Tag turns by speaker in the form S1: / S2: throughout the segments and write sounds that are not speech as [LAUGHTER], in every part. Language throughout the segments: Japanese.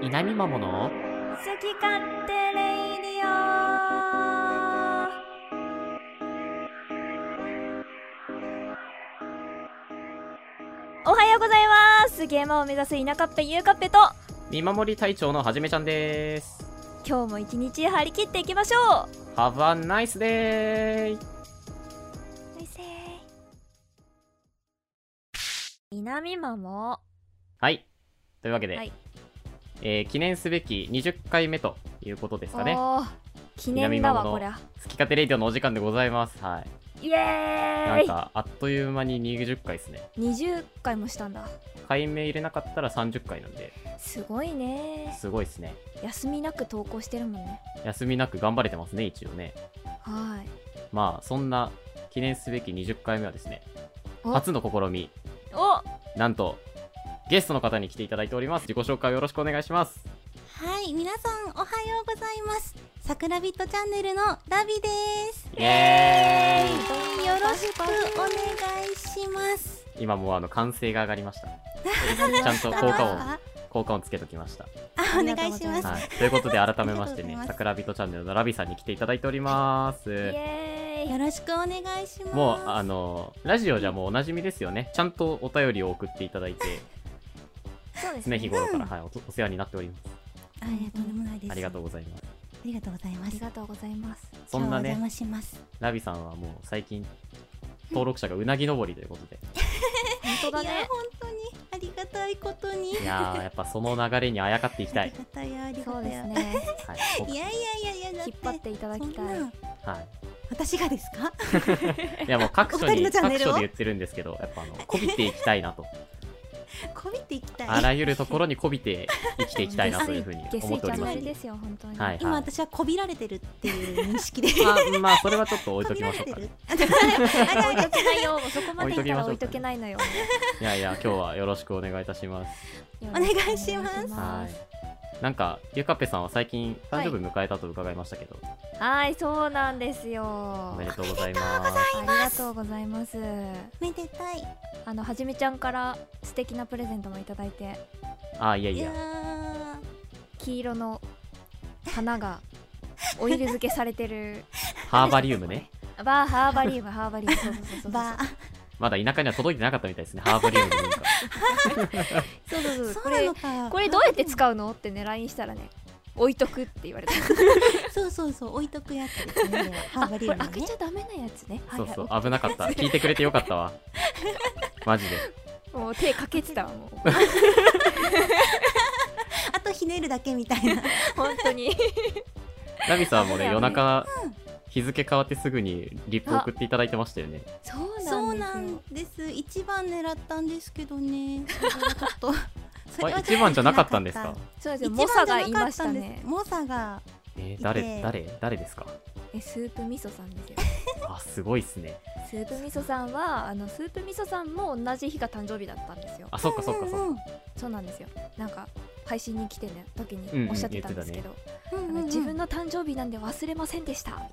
S1: 稲見まもの
S2: 好き勝手レイディオおはようございますゲーマーを目指す田舎っぺゆうかっぺと
S1: 見守り隊長のはじめちゃんです
S2: 今日も一日張り切っていきましょ
S1: Have a nice day!
S2: うういせー南マモ
S1: はい。というわけで、
S2: はい
S1: えー記念すべき20回目ということですかね。
S2: おー記念だわ
S1: 南マモの
S2: こりゃ
S1: 好き勝手レイディオのお時間でございます。はい。
S2: イエ
S1: な
S2: ー
S1: ん
S2: イ
S1: か、あっという間に20回ですね。
S2: 20回もしたんだ
S1: 解明入れなかったら30回なんで、
S2: すごいね
S1: すごいですね。
S2: 休みなく投稿してるもんね
S1: 休みなく頑張れてますね、一応ね。
S2: はい
S1: まあ、そんな記念すべき20回目はですね、
S2: お
S1: 初の試み、
S2: お
S1: なんと、ゲストの方に来ていただいております。自己紹介をよろしくお願いします。
S3: はい、皆さんおはようございます。さくらびっとチャンネルのラビです。
S1: イエ
S3: よろしくお願いします。
S1: ーイ今もうあの歓声が上がりま
S3: [LAUGHS]
S1: した。ちゃんと効果音、
S3: あ、
S1: 効果音つけときました。
S3: お願いします。
S1: はい。ということで改めまして
S3: ありがとうござい
S1: ね
S3: ま、す
S1: 桜人チャンネルのラビさんに来ていただいております。
S2: イエー
S3: よ
S2: イ
S3: ろしくお願いします。
S1: もうあのラジオじゃもうおなじみですよね。ちゃんとお便りを送っていただいて、
S2: そうです
S1: 常
S2: ね
S1: 日頃から、
S3: うん
S1: はいおとお世話になっております。
S3: あいやとんでもないです。
S1: ありがとう
S3: う。
S1: ございます。
S3: ありがとうござい
S2: あ
S3: ま
S2: り
S3: す。
S2: がとうございます
S1: そんな
S3: 今日お邪
S1: ね
S3: 魔します。
S1: ラビさんはもう最近登録者がうなぎ登りということで、
S2: 本当だ
S3: いや
S2: ね
S3: 本当にありがたいことに。
S1: いやーやっぱその流れにあやかっていき
S3: あ
S1: た
S3: り
S1: い。
S3: がたいありが
S2: そう
S3: た
S2: で
S3: い。
S2: すね
S1: はい。
S3: [LAUGHS] いやいやいやいやだ
S2: 引っ張っていただきたい
S3: そんな
S1: はい。
S3: 私がで
S2: [LAUGHS]
S3: すか？
S1: いやもう各所
S3: お二人
S1: に
S3: のチャン
S1: 各
S3: ネルを
S1: 所で言ってるんですけどやっぱあのこびていきたいなと
S3: こびていきたい。
S1: あらゆるところにこびて生きていきたいなというふうに
S2: 下
S1: 思っ
S2: 水
S1: てお
S2: チャ
S1: り
S2: ン
S1: ま
S2: ネ
S1: す
S2: ルですよ本当に
S1: はい
S3: 今私はこびられてるっていう認識で。
S1: まあまあそれはちょっと置いときましょうか
S3: [LAUGHS]
S1: ね
S3: あでもあれあ
S2: 置い
S3: れ
S2: とけないよそこまで言ったら
S1: 置
S2: 置
S1: い
S2: い
S1: と
S2: と
S1: き
S2: け
S1: ま
S2: ないのよ
S1: いやいや今日はよろしくお願いいたします
S2: お
S3: 願いします
S1: はいなんかゆかぺさんは最近誕生日迎えたと伺いましたけど、
S2: はいそうなんですよ
S1: お
S2: あ
S1: め
S2: り
S1: でとうございます
S2: がとうございます
S3: めでたい。
S2: あのはじめちゃんから素敵なプレゼントもいただいて
S1: あいやい
S3: いや
S1: や
S3: ー
S2: 黄色の花がオイル漬けされてる
S1: [LAUGHS] ハーバリウム
S2: [LAUGHS]
S1: ね
S2: バーハーバリウムハーバリウムそうそうそうそう
S3: ば
S1: まだ田舎には届いてなかったみたいですねハーバリウムの文化
S2: そうそうそう
S3: そ
S2: こ
S3: うな
S2: れ
S3: のか
S2: これどうやって使うのってね LINE したらね置いとくって言われた
S3: そうそうそう置いとくやつですねハーバリウム
S2: あこれ
S3: ね
S2: 開けちゃダメなやつねはい
S1: そう
S2: はい
S1: そう危なかった聞いてくれてよかったわマジで
S2: もう手かけてたわもう
S3: あとひねるだけみたいな
S2: [LAUGHS] 本当に
S1: ラビさんもね
S2: あ
S1: 夜
S2: そうだ
S1: 中
S2: ね
S1: 日付変わってすぐにリップ送っていただいてましたよね
S2: そう
S3: そう
S2: な
S3: なん
S2: です
S3: ん
S2: よ
S3: です一番狙ったんですけどねそれはちょっと [LAUGHS] そ
S1: あ
S3: れは
S1: 一番じゃなかったんですか
S2: そうです
S3: 一
S2: よ
S3: 番
S2: モサがい
S3: じゃなか
S2: ま
S3: っ
S2: した
S3: たんです
S2: ね
S3: モサが
S1: えー
S3: いて
S1: 誰誰誰ですか
S2: えスープみそさんですよ
S1: あすごいっすね
S2: スープみそさんはあのスープみそさんも同じ日が誕生日だったんですよ
S1: あそっかそっかそっか、
S3: うん
S2: そうなんですよなんか配信に来てね時
S1: うんうん
S2: におっしゃってたんですけど、
S3: うん
S2: あ
S3: うんう
S2: の
S3: ん
S2: 自分の誕生日なんで忘れませんでしたみたい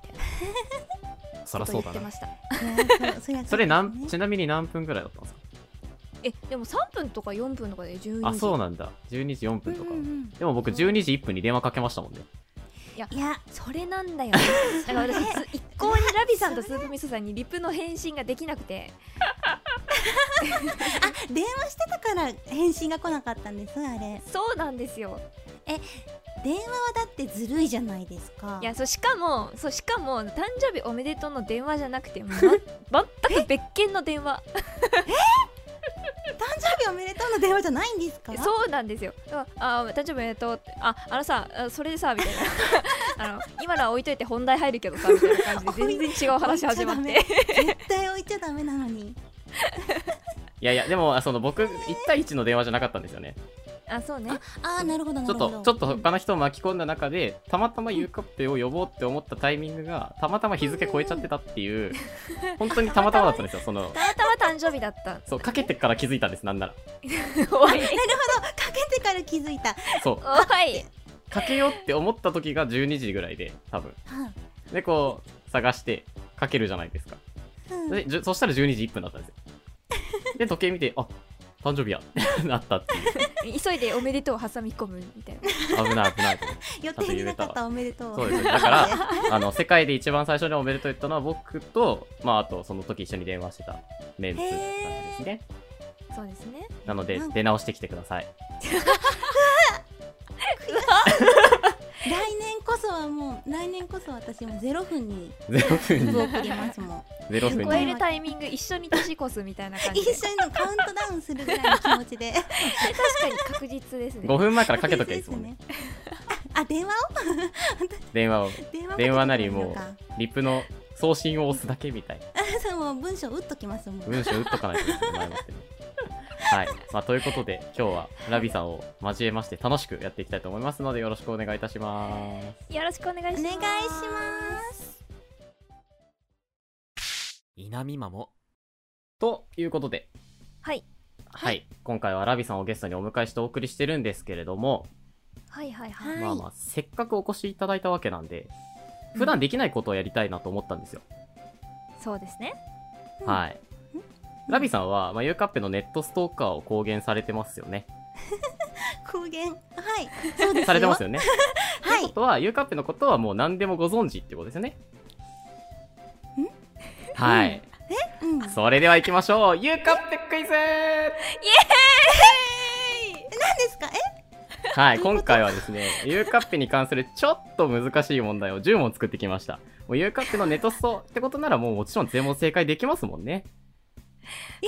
S2: な
S1: そら
S2: こと
S1: そうだ
S2: 言って
S1: な
S2: ました
S3: いやそうそりゃそうですね
S1: それなんちなみに何分ぐらいだったんですか
S2: えでも3分とか4分とかで12時
S1: あそう
S2: な
S1: なんだ12時4
S3: う
S1: 分
S3: ん
S1: とか、
S3: うんうん
S1: でも僕12時1分に電話かけましたもんね
S3: いや
S2: それなんだ [LAUGHS] よねだから私ず一向にラビさんとスープみそさんにリプの返信ができなくて
S3: 電話してたから返信が来なかったんですあれ
S2: そうなんですよ
S3: 電話はだってずるいじゃないですか
S2: いやそうしかもそうしかも誕生日おめでとうの電話じゃなくて、ま、 [LAUGHS] 全く別件の電話
S3: 誕生日おめでとうの電話じゃないんですか
S2: そうなんですよだからあ誕生日おめでとうってああのさあそれでさみたいな [LAUGHS] あの今のは置いといて本題入るけどさみたいな感じで全然違う話始まっ
S3: 置い
S2: て
S3: ちゃダメ絶対置いちゃダメなのに
S1: いやいやでもあその僕1対1の電話じゃなかったんですよね
S2: あそうね
S3: ああなるほどな
S1: ちょ
S3: る
S1: っ
S3: ほど
S1: とちょっと他の人を巻き込んだ中でたまたまゆうかっぺを呼ぼうって思ったタイミングがたまたま日付超えちゃってたっていう本当にたまたまだったんですよその
S2: たまたま誕生日だった
S1: そうかけてから気づいたんですなんなら
S2: [LAUGHS] おい
S3: かけてから気づいた、
S1: そう
S2: おい
S1: かけようって思った時が12時ぐらいで多分でこう探してかけるじゃないですか
S3: うん
S1: でじゅそしたら12時1分だったんですよで時計見てあ誕生日や [LAUGHS] なったっていう
S2: 急いでおめでとう挟み込むみたいな
S1: 危ない危ないと思って
S3: 予定になかったおめでとう
S1: そうですねだからあの世界で一番最初におめでとう言ったのは僕とまああとその時一緒に電話してたメンツさんですね
S2: そうですね
S1: なので
S3: なんか
S1: 出直してきてくだ
S3: [LAUGHS]
S1: さい
S3: [LAUGHS] 来年こそはもう来年こそ私もゼロ分に
S1: 0分
S3: 服
S1: に
S3: を切りますもん
S1: 0分
S2: 超
S1: に
S2: えるタイミング一緒に年越すみたいな感
S3: [LAUGHS] 一
S2: じ
S3: 緒
S2: で
S3: にカウントダウンするぐらいの気持ちで
S2: 確かに確実です
S1: 5
S2: ね
S1: 分 [LAUGHS] 前からかけとけばいいです
S3: そう
S1: も
S3: で
S1: ん
S3: す
S1: ね
S3: ねああ電話を
S1: 電話を
S3: 電話
S1: 電話なり
S3: かけてくれ
S1: も
S3: るのか
S1: うリプの送信を押すだけみたいな
S3: あそうもう文章打っときますもん
S1: 文章打っとかないとですね前もってねはい、まあ、ということで今日はラビさんを交えまして楽しくやっていきたいと思いますのでよろしくお願いいたします
S2: よろしくお願い
S3: お
S2: し
S3: 願
S2: ま
S3: い
S2: す
S3: します
S1: 稲見まもということで
S2: はい
S1: はい今回はラビさんをゲストにお迎えしてお送りしてるんですけれども、
S2: はいはいはい
S3: はい
S1: まあまあせっかくお越しいただいたわけなんで普段できないことをやりたいなと思ったんですよ、
S2: そうですね
S3: うん
S1: はいラビさんは、まあ、ユーカッペのネットストーカーを公言されてますよね。
S3: 公言はいそうですよ
S1: されてますよね。
S3: は
S1: という
S3: い
S1: ことは、ユーカッペのことはもう何でもご存知ってことですよね。はい。
S3: うん
S1: それでは行きましょう。ユーカッペクイズ
S3: 何ですかえ
S1: はい、今回はですね、ユーカッペに関するちょっと難しい問題を10問作ってきました。もうユーカッペのネトストってことならもうもちろん全問正解できますもんね。
S3: ち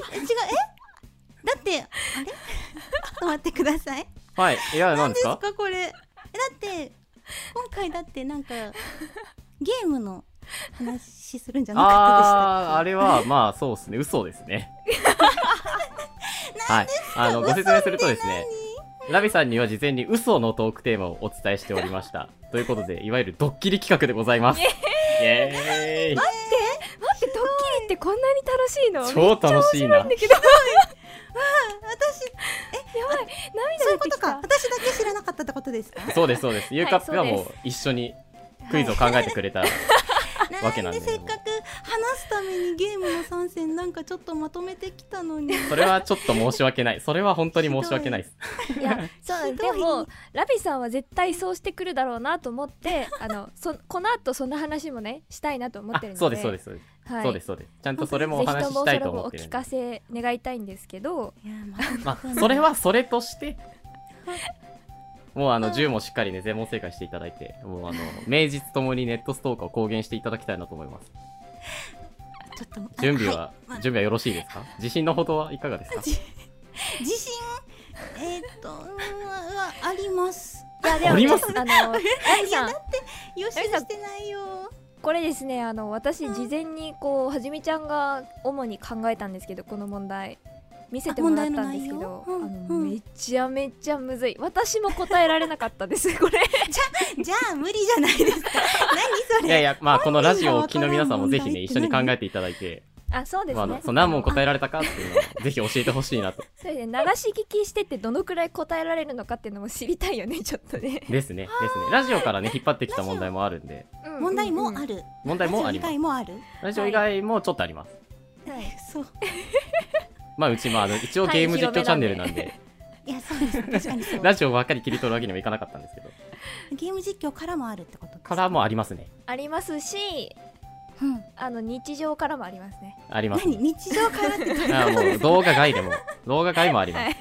S3: 違うえだってあれちょっと待ってく
S1: [LAUGHS]
S3: ださい
S1: はい、いや、なんです
S3: 何
S1: か
S3: ですかこれえだって今回だってなんかゲームの話するんじゃな
S1: あー、
S3: か
S1: あ
S3: ったで
S1: れは、まあそうですね、嘘です [LAUGHS] ね。はい、あの、ご説明するとですね、ラビさんには事前に嘘のトークテーマをお伝えしておりま
S2: [LAUGHS]
S1: した。ということで、いわゆるドッキリ企画でございます。イエーイ
S2: 待ってドッキリってこんなに楽しいの
S1: 超楽しいな
S2: めっちゃ面白いんだけど
S3: した私
S2: やばい
S3: そう
S2: 涙
S3: いう
S2: 出
S3: こ
S2: て
S3: と
S2: き
S3: か
S2: た
S3: 私だけ知らなかったってことですか
S1: [LAUGHS] そうです、そうです。ユーカップが
S2: そ
S1: も
S2: う
S1: う
S2: で
S1: 一緒にクイズを考えてくれた。わけな
S3: なんん
S1: で
S3: でせっかく話すためにゲームの参戦なんかちょっとまとめてき
S1: [LAUGHS]
S3: たのに
S1: それはちょっと申し訳ない。それは本当に申し訳ないです。
S2: いやそうなんです
S3: ひど
S2: で
S3: い
S2: もラビさんは絶対そうしてくるだろうなと思ってあのそこの後その話もねしたいなと思ってるので
S1: そうです、そうです、そうです。
S2: はい、
S1: そうです、そうです。ちゃんとそれもお
S2: ぜひ
S1: 話し
S2: と
S1: し
S2: も
S1: た
S2: そ
S1: い
S2: れ
S1: と
S2: も
S1: 思っ
S2: お
S1: てる
S2: 聞
S1: んで
S2: かせ願いたいんですけど
S3: いや
S1: まあ、それはそれとして、もうあの、10問しっかりね、全問正解していただいて、もうあの、名実ともにネットストーカーを公言していただきたいなと思います。
S3: ちょっとあ
S1: 準備
S3: い
S1: は、
S3: まあ
S1: 準備はよろしいですか自信のほどはいかがですか
S3: 自信えーっとうーんはあります
S2: いやで
S1: あ
S2: も
S1: り
S2: ね
S1: ます
S2: あのラビ
S3: い
S2: さ
S3: やだ
S2: ん
S3: って予習してないよ
S2: これですねあの私事前にこうはじめちゃんが主に考えたんですけどこの問題見せてもらったんですけど
S3: あ問題の内容
S2: あの
S3: うんうん
S2: めちゃめちゃむずい私も答えられなかったです [LAUGHS] これ
S3: じゃあ無理じゃない [LAUGHS] ですか何そ
S1: い
S3: れ
S1: やいや、まあ、このラジオをお聞
S3: 本
S1: き
S3: 人
S1: の
S3: がわか
S1: 皆さ
S3: らん
S1: んもぜひね、
S3: 問題って
S1: 一緒に考えていただいて、
S2: あそうです
S1: まああ
S2: ね
S1: の、そう何問答えられたかっていうのを、ぜひ教えてほしいなと。
S2: それで流し聞きしてってどのくらい答えられるのかっていうのも知りたいよね [LAUGHS] ちょっと
S1: で
S2: ね、
S1: すね、ですね。ラジオからね、引っ張ってきた問題もあるんで、
S2: うん
S3: 問題もある
S1: 問題もあります
S3: 理。解もある
S1: ラジオ以外もちょっとあります。
S2: はい
S3: そう
S1: まあ、うちもあの、一応
S2: は
S1: ゲ
S2: い
S1: ーム実況チャンネルなんで、
S3: いやそうです確かにそう
S1: ラジオばっかり切り取るわけにもいかなかったんですけど、
S3: ゲーム実況からもあるってことです
S1: からもありますね。
S2: ありますし
S3: うん
S2: あの日常からもありますね
S1: あります
S3: 何
S1: ね。
S3: 日常からってどういうこ
S1: [LAUGHS] あ
S3: と
S1: も
S3: で
S1: う
S3: すか
S1: 動画外でも、動画外もあります。
S2: はい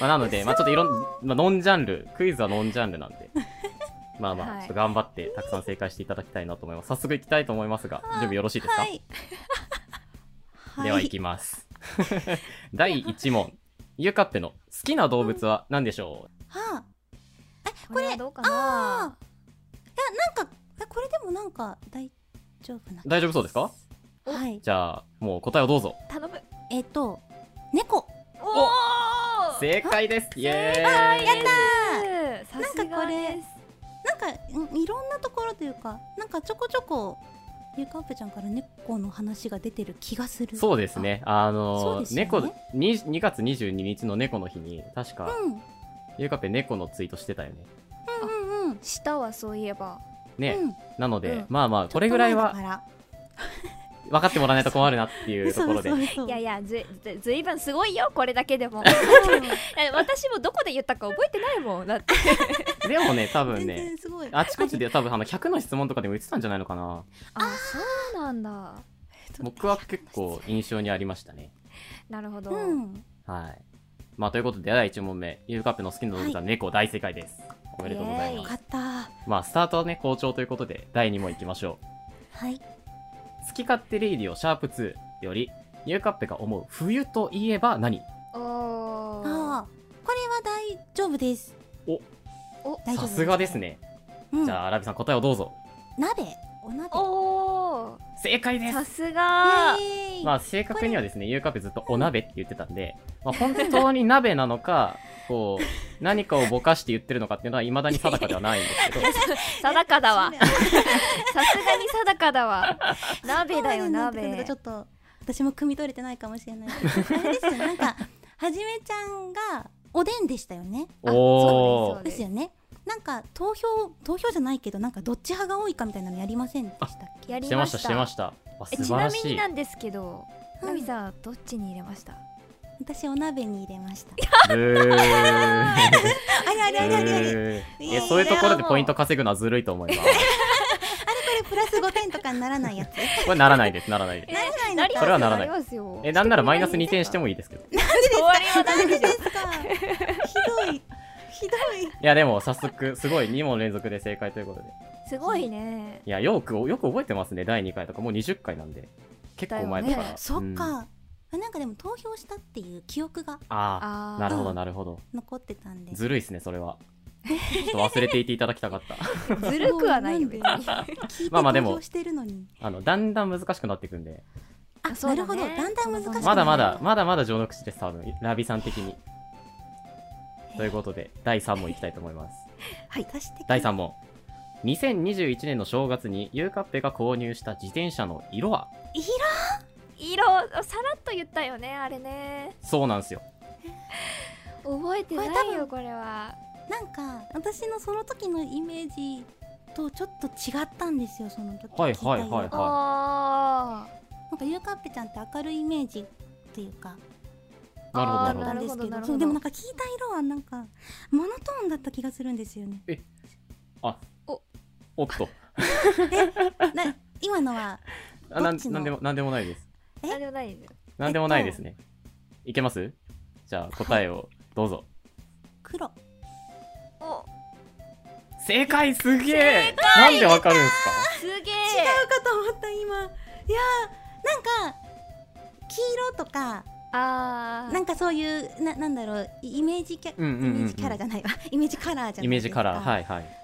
S1: まあ、なので、まあ、ちょっといろん、まあ、ノンジャンル、クイズはノンジャンルなんで、まあまあ、
S2: はい
S1: ちょっと頑張って、たくさん正解していただきたいなと思います。早速行きたいと思いますが、準備よろしいですか、
S3: はい
S1: では行きます。第1問。ゆかっぺの好きな動物は何でしょう
S3: はあ
S2: これはどうか
S3: あ
S2: な
S3: あいやなんかえこれでもなんか大丈夫な
S1: 大丈夫そうですか
S3: はい
S1: じゃあ、もう答えをどうぞ。
S2: 頼む
S3: えっと猫
S2: おお
S1: 正解ですイエーイ
S2: やったーさす
S3: なんかこ
S2: がです
S3: れなんかうんいろんなところというかなんかちょこちょこゆかっぺちゃんから猫の話が出てる気がする
S1: そうですね。あの
S3: そう
S1: ー
S3: ですよね
S1: 猫に、2月22日の猫の日に、確
S3: あ
S1: か、
S3: うんうん
S1: ゆかっぺ猫のツイートしてたよね。
S3: うんうん
S2: 舌はそういえば
S1: ね。
S3: うん
S1: なので、
S2: うん
S1: まあまあ、これぐらいは
S3: ちょっと前だから
S1: 分かってもらわないと困るなっていうと
S3: 嘘
S1: こ
S3: [LAUGHS]
S1: ろで
S3: 嘘嘘
S2: いやいやずずずいぶんすごいよこれだけ [LAUGHS] でも
S3: そう
S2: え私もどこで言ったか覚えてないもんだって
S1: でもね多分
S3: 全
S1: ね
S3: 然すごい
S1: あちこちで多分あの100の質問とかでも言ってたんじゃないのかな
S2: [LAUGHS] あそうなんだ
S1: 僕は結構印象にありましたね
S2: なるほど、
S3: うん
S1: はいまあということで第1問目ゆうカップの好きな動物は猫大正解です、おめでとうござい
S2: イエ
S1: ま
S2: ーイ
S3: よ
S1: す
S3: かった
S1: まあスタートはね好調ということで第2問いきましょう
S3: はい
S1: 好き勝手レイディオシャープ2よりゆうカップが思う冬といえば何
S2: おー
S3: あーこれは大丈夫です
S1: お
S2: お
S3: 大丈
S1: さ
S3: 夫
S1: すがですね、
S3: うん
S1: じゃあアラビさん答えをどうぞ
S3: 鍋お鍋
S2: おー
S1: 正解です
S2: さすが
S3: イエーイ
S1: まあ正確にはですね、ゆうかぺずっとお鍋って言ってたんで、まあ、本当に鍋なのか、こう、何かをぼかして言ってるのかっていうのは未だに定かではないんですけど、
S2: 定かだわ
S3: そう
S2: さすがに定かだ [LAUGHS] わ鍋だよ
S3: なんてくるの
S2: 鍋
S3: かちょっと私も汲み取れてないかもしれ [LAUGHS] ないけどあれですよなんかはじめちゃんがおでんでしたよね
S2: あ
S1: お
S2: そう
S1: ー、
S3: ですよねなんか投票投票じゃないけどなんかどっち派が多いかみたいなのやりませんでしたっけ
S2: やり
S1: して
S2: ま
S1: ま
S2: し
S1: したた、してました。わ
S2: え
S1: 素
S2: ち
S1: 晴
S2: な
S1: ら
S2: み
S1: し
S2: に
S1: い。
S2: なんですけど、
S3: うん
S2: ナミさんどっちに入れました
S3: 私お鍋に入れました
S1: ブー
S3: [LAUGHS] あれあれあれあれあれこ
S1: ブーい
S3: いや
S1: やそういうところでポイント稼ぐのはずるいと思います。
S3: れプラス5点とかにならないやつ
S1: これならないです、ならないです。
S3: ならないの
S2: なります
S1: それ
S3: か
S1: はならない
S2: りますよ
S1: え、なんならマイナス2点してもいいですけど。い
S2: [LAUGHS] 終わりはダメ
S3: なん
S2: で
S3: で
S2: し
S3: で
S2: ょ
S3: すかひどいひどい
S1: や、でも早速、すごい2問連続で正解ということで。
S2: [LAUGHS] すごいね
S1: いや、よく、よく覚えてますね、第2回とか。もう20回なんで。結構前だか
S2: だよ
S1: ら。
S2: ね
S3: そっ
S1: うん
S3: か、なんかでも投票したっていう記憶が
S1: ああ、
S2: あー
S1: なるほど、なるほど。
S3: 残ってたんで
S1: ずるいですね、それは。ちょっと忘れていていただきたか [LAUGHS] った。
S2: ずるくはないよ
S3: もう
S2: 別
S3: なん
S2: に
S1: [LAUGHS]
S3: 聞いて
S1: まあまあで
S3: 投
S1: も
S3: 票してるのに
S1: あの、だんだん難しくなっていくんで、
S3: あ、
S2: あそ
S3: な
S2: う
S3: る
S2: だね
S3: ほど。だんだん難しくなる
S1: まだまだ、まだまだ序の口です、多分。ラビさん的に。ということで、第3問いきたいと思います。
S3: はい。足してく
S1: 第3問。2021年の正月にゆうかっぺが購入した自転車の色は
S2: 色さらっと言ったよねあれね
S1: そうなんですよ。
S2: 覚えてない
S3: これ多
S2: よこれは
S3: なんか、私のその時のイメージとちょっと違ったんですよ、その時。
S1: はいはいはいはい
S2: あー
S3: 聞た色がなんか、ゆうかっぺちゃんって明るいイメージというか、
S1: なるほど、
S2: あ
S1: な
S2: ー
S1: るほ
S3: な
S1: ど
S3: ん。で
S2: なるほ
S3: すけ
S2: どなるほ
S3: ど、
S2: ど
S3: そうでもなんか聞いた色はなんか、モノトーンだった気がするんです
S1: [LAUGHS]
S3: よね。
S1: おっと。
S3: な今のは、
S1: あなん
S3: どっちの
S1: なんでも、なんでもないです。
S3: え
S2: なんでもないですよ
S1: なんでもないですね。いけますじゃあ、答えをどうぞ。
S3: 黒。
S2: お
S1: 正解すげえなんでわかるんですか
S2: すげえ
S3: 違うかと思った、今。いやー、なんか、黄色とか、
S2: あー
S3: なんかそういう、ななんだろう、イメージキャ、
S1: うんうんうんうん
S3: イメージキャラじゃないわ。 [LAUGHS] イメージカラーじゃないですか。
S1: イメージカラー、はいはい。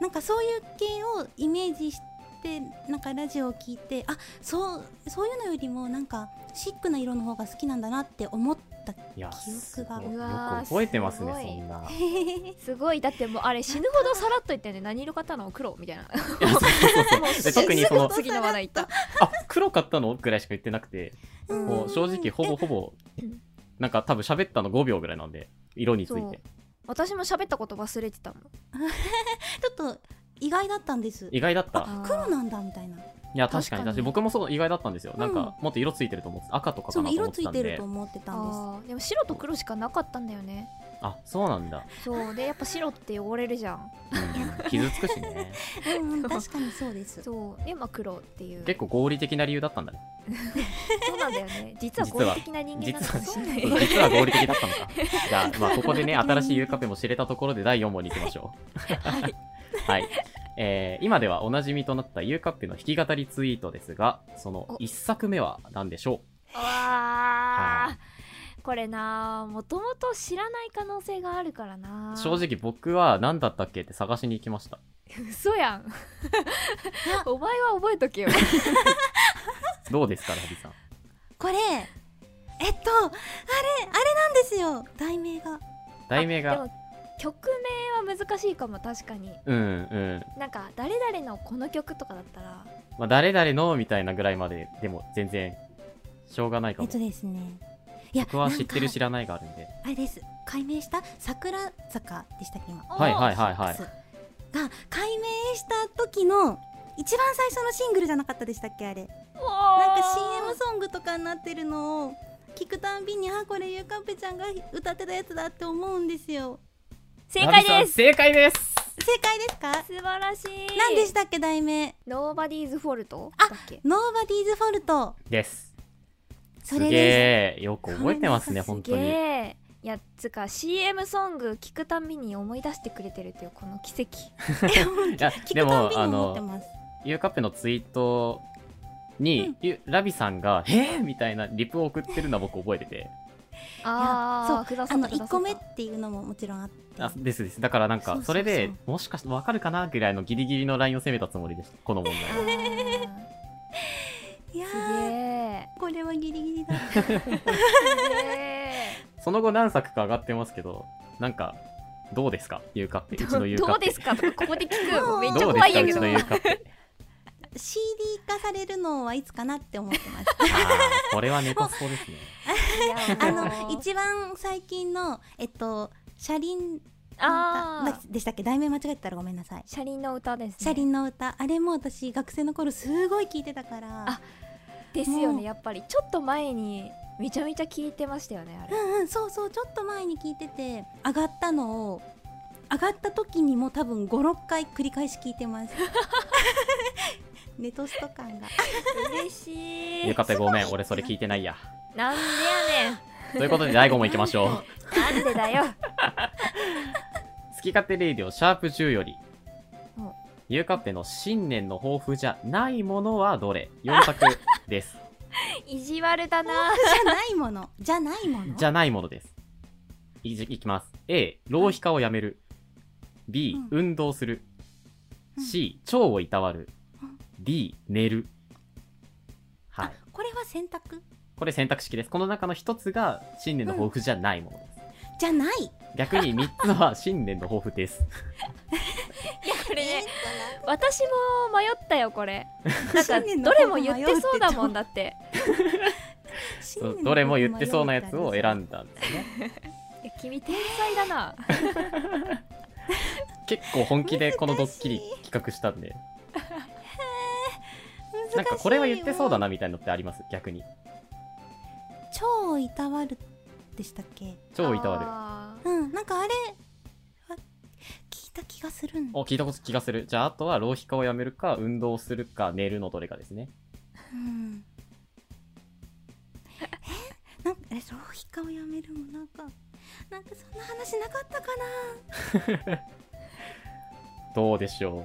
S3: なんかそういう系をイメージしてなんかラジオを聞いてあそうそういうのよりもなんかシックな色の方が好きなんだなって思った
S1: いや、
S3: 記憶が
S1: すごいうよ
S2: わー
S1: く覚えてますね、
S2: すごい
S1: そんな。い
S2: [LAUGHS] すごいだってもうあれ死ぬほどさらっと言ったよね何色買ったの黒みた [LAUGHS] いな
S1: やそうそうそう
S2: もう
S1: で特にその
S2: 次の話題いった
S1: あ黒買ったのぐらいしか言ってなくて、
S3: うん
S1: もう正直ほぼほぼ
S2: うん、
S1: なんか多分喋ったの5秒ぐらいなんで、色につい
S2: そう
S1: て。
S2: 私も喋ったこと忘れてたもん
S3: ちょっと意外だったんです
S1: 意外だった。
S2: あー
S3: 黒なんだみたいない
S1: や、確かに、
S2: 確かに
S1: 確かに僕もそう意外だったんですよ。
S3: ん
S1: なんか、もっと色ついてると思って、赤とかか
S3: そ
S1: な
S3: の
S1: と
S3: 色
S1: 思っ
S3: つ
S1: て
S3: い
S1: たん
S3: てる
S1: で
S3: と。思ってたんです
S2: あーでも白と黒しかなかったんだよね
S1: あ、そうなんだ。
S2: そうでやっぱ白って汚れるじゃん
S1: うん傷つくしね。
S3: うんうん確かにそうです
S2: そうでまあ黒っていう
S1: 結構合理的な理由だったんだね。
S2: そうなんだよね実は
S1: 実
S2: 合
S1: は
S2: 理的な人間なのかもしれない
S1: そう実は合理的だったの
S2: [LAUGHS]
S1: か。じゃあ、まあ、ここでね、新しいゆうカフェも知れたところで第4問に行きましょう。 [LAUGHS] はい。えー今ではおなじみとなったゆうカッペの弾き語りツイートですが、その
S2: お
S1: 1作目は何でしょ
S2: わあこれなあもともと知らない可能性があるからな
S1: う正直僕は何だったっけって探しに行きました。
S2: 嘘やんお前は覚えとけよ
S1: どうですか、ラビさん。
S3: これえっとあれあれなんですよ題名が
S1: 題名
S2: で
S1: が、
S2: も曲名は難しいかも確かに
S1: うんうん。
S2: なんか誰々のこの曲とかだったら
S1: まあ、誰々のみたいなぐらいまで、でも全然、しょうがないか
S3: え
S1: も
S3: っと。ですねいや
S1: 僕は知ってる
S3: なんか
S1: 知らないがあるんで。
S3: あれです解明した桜坂でしたっけ今
S1: はいはいはいは
S3: そ
S1: い。
S3: うが解明した時の一番最初のシングルじゃなかったでしたっけあれ
S2: おー
S3: なんか CM ソングとかになってるのを聞くたんびにあこれゆかっぺちゃんが歌ってたやつだって思うんですよ
S2: 正解
S1: ナビ
S2: で
S1: さん
S2: す
S1: 正解です
S3: 正解ですか
S2: 素晴らしい
S3: 何でしたっけ題名
S2: ノーバディーズフォルトだ
S3: あ
S2: っけ
S3: ノーバディーズフォルト
S1: です
S3: そ
S1: す
S3: れで
S1: げえよく覚えてますね
S3: そ
S1: 本
S2: す
S1: 当
S2: げ
S1: に
S2: えいやつか CM ソング聞くたんびに思い出してくれてるっていうこの奇跡
S1: いや
S3: [LAUGHS] す聞
S1: で
S3: くたん
S1: も
S3: びに
S1: あ
S3: 思って
S1: の
S3: ます
S1: ゆうかっぺのツイートに、
S3: うん
S1: ゆラビさんが「えー!」みたいなリプを送ってるのは僕覚えてて
S2: あ
S3: そ
S2: あくださ
S3: あ
S2: った
S3: の
S2: くださ
S3: 1
S2: った
S3: 個目っていうのももちろんあって
S1: あですですだからなん
S3: そうそ
S1: か
S3: う
S1: それで
S3: そう
S1: もしかしてわかるかなぐらいのギリギリのラインを攻めたつもりでしたこの問題は
S3: いや
S2: あーすげ
S3: ー
S2: え
S3: これはギリギリだった
S2: すげえ
S1: その後何作か上がってますけどなんかどうですかゆうかっぺうちのゆう
S2: ど
S1: かっ
S2: う
S1: ぺ
S2: ですかとかここで聞くのめっちゃ
S1: どうで
S2: 怖
S1: す
S2: いん
S1: か
S2: や
S1: う
S2: け
S1: ち
S2: [LAUGHS] ど
S1: のゆうかっぺ
S3: CD 化されるのはいつかなって思ってます
S1: あーこれはネタそうです
S3: [LAUGHS]
S1: ね
S2: [LAUGHS]
S3: あ
S2: あ
S3: の一番最近のえっと車輪
S2: あ
S3: なん
S2: ー
S3: かでしたっけ題名間違えてたらごめんなさい
S2: 車輪の歌ですね
S3: 車輪の歌あれも私学生の頃すごい聞いてたから
S2: あですよ
S3: もう
S2: ねやっぱりちょっと前にめちゃめちゃ聞いてましたよねあれ
S3: うんうんそうそうちょっと前に聞いてて上がったのを上がった時にも多分56回繰り返し聞いて
S2: [LAUGHS]
S3: ますネトスト感が
S2: 嬉し
S1: ゆうかっぺごめん俺それ聞いてないや
S2: なんでやね
S1: と
S2: ん
S1: いうことで第5問いきましょう
S2: なんでだよ
S1: 好き勝手レイディオシャープ10より
S2: うん、
S1: ゆうかっぺの新年の抱負じゃないものはどれ ?4 択です。
S2: [LAUGHS] 意地悪だな
S3: じゃないものじゃないもの
S1: じゃないものです。いじいきます。A、浪費家をやめる。B
S3: うん、
S1: 運動する。
S3: うん
S1: C、腸をいたわる
S3: うん
S1: D、寝る。は
S3: あ
S1: い。
S3: これは選択
S1: これ選択式です。この中の1つが新年の抱負じゃないものです。
S3: じゃない
S1: 逆に3つは新年の抱負です。
S2: これね
S3: えーっと
S2: 私も迷ったよこれなんか
S3: 新年の
S2: どれも
S3: 抱負迷
S2: 言っ
S3: う
S2: てそうだもんだって
S3: 新
S1: そう
S3: 年の抱負迷う
S1: どれも言ってそうなやつを選
S3: ん
S1: んだんですね。
S2: いや君天才だな
S1: 結構本気でこのドッキリ企画したんでなんかこれは言ってそうだなみたいなのってあります逆に
S3: 超をいたわるでしたっけ
S1: 超いたわ
S2: わ
S3: うんなんかあれは聞いた気がするん
S1: るお聞いたこと気がするじゃああとは浪費家をやめるか運動するか寝るのどれかですね
S3: うんえなんかえ浪費家をやめるもなんかなんかそんな話なかったかな
S1: どうでしょう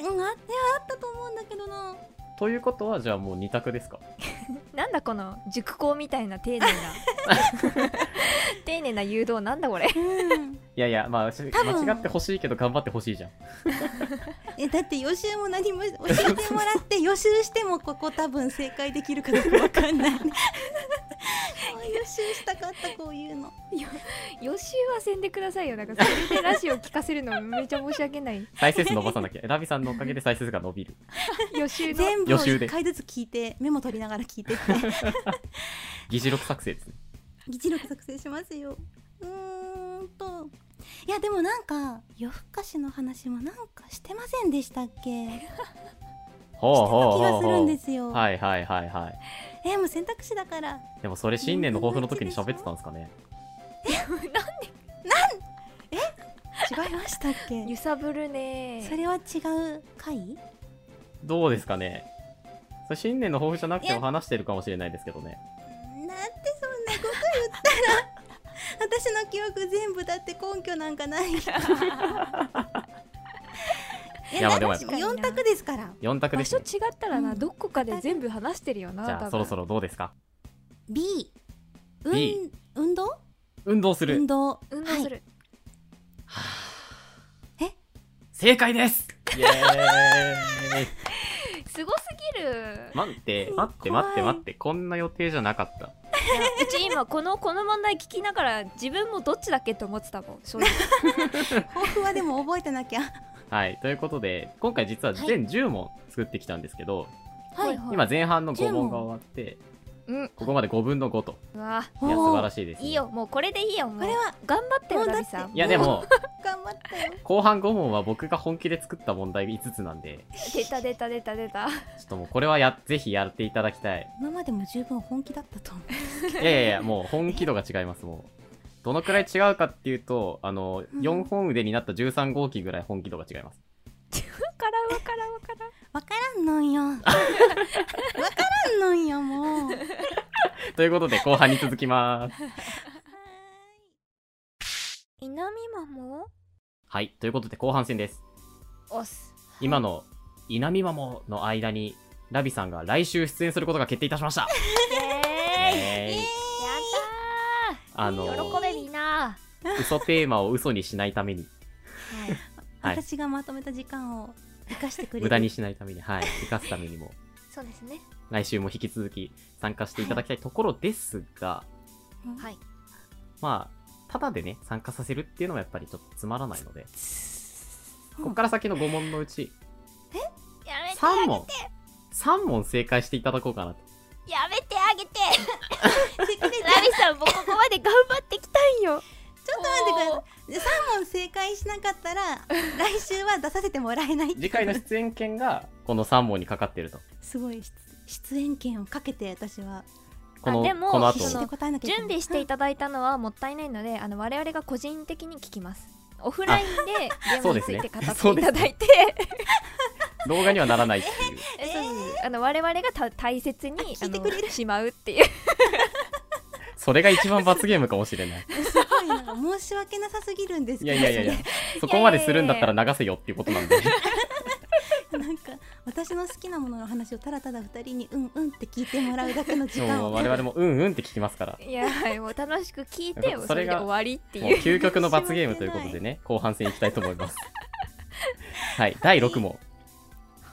S3: えうんあいやあったと思うんだけどな
S1: ということはじゃあもう2択ですか
S2: なんだこの熟考みたいな丁寧
S3: [LAUGHS]
S2: な丁寧な誘導なんだこれ
S3: うん
S1: いやいや [LAUGHS] まあし
S3: 多分
S1: 間違ってほしいけど頑張ってほしいじゃん
S3: えだって予習も何も教えてもらって予習してもここ多分正解できるかどうかわかんないねあ予習したかったこういうの
S2: 予習はせんでくださいよなんかそれでラジオ聞かせるのめちゃ申し訳ない
S1: 再生数伸ばさ [LAUGHS] なきゃラビさんのおかげで再生数が伸 [LAUGHS] びる
S2: 予習の
S3: 全部を
S1: 予習で
S3: 1回ずつ聞いてメモ取りながら聞いてって
S1: 議事録作成ですね
S3: 議事録作成しますようーんといやでもなんか夜更かしの話もなんかしてませんでしたっけして
S1: ほう
S3: た
S1: ほう
S3: 気
S1: ほ
S3: が
S1: う
S3: するん
S1: ほ
S3: です
S1: う
S3: よ
S1: はいはいはいはい
S3: えもう選択肢だから
S1: でもそれ新年の抱負の時に喋ってたんですかね
S3: 違いましたっ
S1: [LAUGHS]
S3: け
S2: 揺さぶるね
S3: それは違う回
S1: どうですかねそれ新年の抱負じゃなくても話してるかもしれないですけどね
S3: なんでそんなこと言ったら [LAUGHS] 私の記憶全部だって根拠なんかないい
S1: いやまあでも
S3: 4択ですから
S1: 4択
S2: 場
S1: です
S2: 所違
S1: ね
S2: ったらな、
S3: うん
S2: どこかで全部話してるよな
S1: じゃあそろそ
S2: ろ
S1: ろどうですか
S3: B うん
S1: B
S3: 運動
S1: 運動する、
S3: 運動
S2: 運動する、
S1: 正解ですイエ [LAUGHS] ーイ
S2: すごすぎる、
S1: 待って待って待って待ってこんな予定じゃなかった
S2: いやうち今このこの問題聞きながら自分もどっちだっけって思ってたもん正直
S3: 抱負はでも覚えてなきゃ
S1: [LAUGHS] はいということで今回実は全10問作ってきたんですけど、
S3: はい
S1: 今前半の5
S3: 10問
S1: 問が終わって
S2: うん
S1: ここまで5分の5と
S2: うわ
S1: いや素晴らしいです、ね、
S2: いいよもうこれでいいよもう
S3: これは
S2: 頑張ってよ
S3: もうだ
S2: ラ
S3: って
S2: ビさん
S1: いやでも
S3: 頑頑張ったよ。
S1: 後半5問は僕が本気で作った問題5つなんで、
S2: 出た出た出た出
S3: [LAUGHS]
S2: た。
S1: ちょっともうこれはや、ぜひやっていただきたい。
S3: 今までも十分本気だったと思
S1: いやいやいや、もう本気度が違います、もう。どのくらい違うかっていうと、あの、
S3: うん
S1: 4本腕になった13号機ぐらい本気度が違います。
S2: わからんわからんわからん。
S3: う。わからん
S1: [LAUGHS]
S3: のんよ。わからんのんよ、もう。
S1: ということで、後半に続きます。
S2: 稲見まも
S1: はい、ということで後半戦です。
S2: 押す。
S1: 今の、稲見マモの間に、ラビさんが来週出演することが決定いたしました。
S2: イエーイやっ
S1: えーいあ
S2: た
S1: の、
S2: ー喜べみんな
S1: 嘘テーマを嘘にしないために、はい
S3: 私がまとめた時間を生かしてくれる。
S1: 無駄にしないために、はい、生かすためにも、
S2: そうですね。
S1: 来週も引き続き参加していただきたいところですが、
S3: うん。
S2: はい。
S1: まあ、ただでね、参加させるっていうのはやっぱりちょっとつまらないので、ここから先の5問のうち、
S2: やめて
S1: 3問、3問正解していただこうかなと。
S2: やめてあげて
S3: せっかくで
S2: ラビさんもここまで頑張ってきたんよ。
S3: ちょっと待ってください。で三問正解しなかっ
S1: [LAUGHS]
S3: たら、来週は出させてもらえない。
S1: 次回の出演権が、この3問にかかってると。
S3: すごい出出演権をかけて私は
S1: この、
S2: あでも
S1: この後
S3: 必死
S2: そ
S3: で
S1: も
S2: の。
S3: 答えなきゃいけ
S2: 準
S3: な
S2: 備
S3: い。
S2: していただいたのはもったいないので、あの我々が個人的に聞きます。オフラインでゲームについて語っていただいて、
S1: 動画にはならないっていう。
S2: えそうそう [LAUGHS] そうあの我々がた大切に
S3: 聞いてくれる
S2: あのしまうっていう。
S1: それが一番罰ゲームかもしれ [LAUGHS] ない。
S3: すごいなんか申し訳なさすぎるんですけ
S1: い
S3: ど
S1: やいやいやいや、そこまでするんだったら流せよっていうことなんで。
S3: それなんか私の好きなものの話をただただ二人にうんうんって聞いてもらうだけの時間
S1: も
S3: を
S1: う我々もうんうんって聞きますから。
S2: いやはいもう楽しく聞いてよ
S1: そ
S2: そ
S1: れ
S2: れ
S1: が
S2: で終わりって
S1: もう
S2: いう。
S1: 究極の罰ゲームということでね、後半戦いきたいと思います。はい、第6問。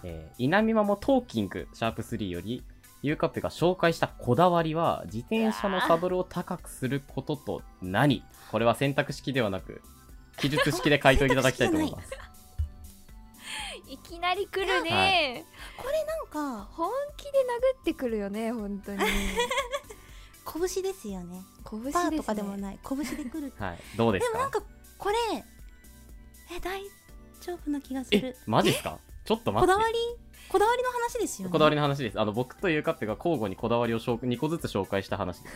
S1: えー、稲見マもトーキング、シャープ3より、ゆうかっぺが紹介したこだわりは、自転車のサドルを高くすることと何これは選択式ではなく、記述式で回答いただきたいと思います。
S2: いきなり来るね、
S3: なんか
S2: 本気で殴ってくるよね本
S3: [LAUGHS]
S2: 当に。
S3: 拳ですよね
S2: 拳です、ね、
S3: パーとかでもない拳でくる
S1: はい、どう [LAUGHS] で
S3: ですもなん
S1: か
S3: かこれえ大丈夫な気がす
S1: え
S3: る、
S1: マジっすかちょっと待
S3: こ
S1: って
S3: だ。わりこだわりの話ですよね
S1: こだわりの話です。あの、僕とゆうかっぺが交互にこだわりを2個ずつ紹介した話です。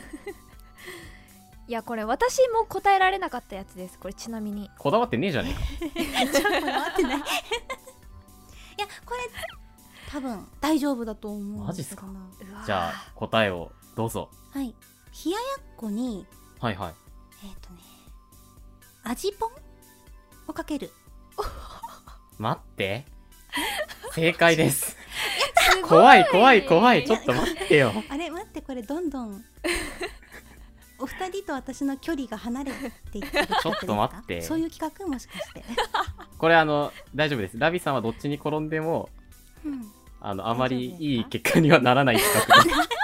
S2: いやこれ私も答えられなかったやつですこれちなみに
S1: こだわってねえじゃねえか。
S3: ちょっと待って [LAUGHS] ないいやこれ多分大丈夫だと思うん
S1: マジっすか
S3: だな
S2: うわ
S1: じゃあ、答えをどうぞ。
S3: はい冷ややっこに
S1: はいはい。
S3: えっ、とね味ぽんをかける
S1: 待って。正解です。
S2: [LAUGHS] すご
S1: 怖い怖い怖い。ちょっと待ってよ。
S3: あれ待ってこれどん
S1: [LAUGHS]
S3: どんお二人と私の距離が離れていってる
S1: ちょっと待って
S3: そういう企画もしか
S1: [LAUGHS]
S3: して、
S1: これあの、大丈夫です。ラビさんはどっちに転んでも、
S3: うん、です
S1: あの、あま
S3: 大丈
S1: り
S3: 夫ですか
S1: いい結果にはならない企画です。
S3: か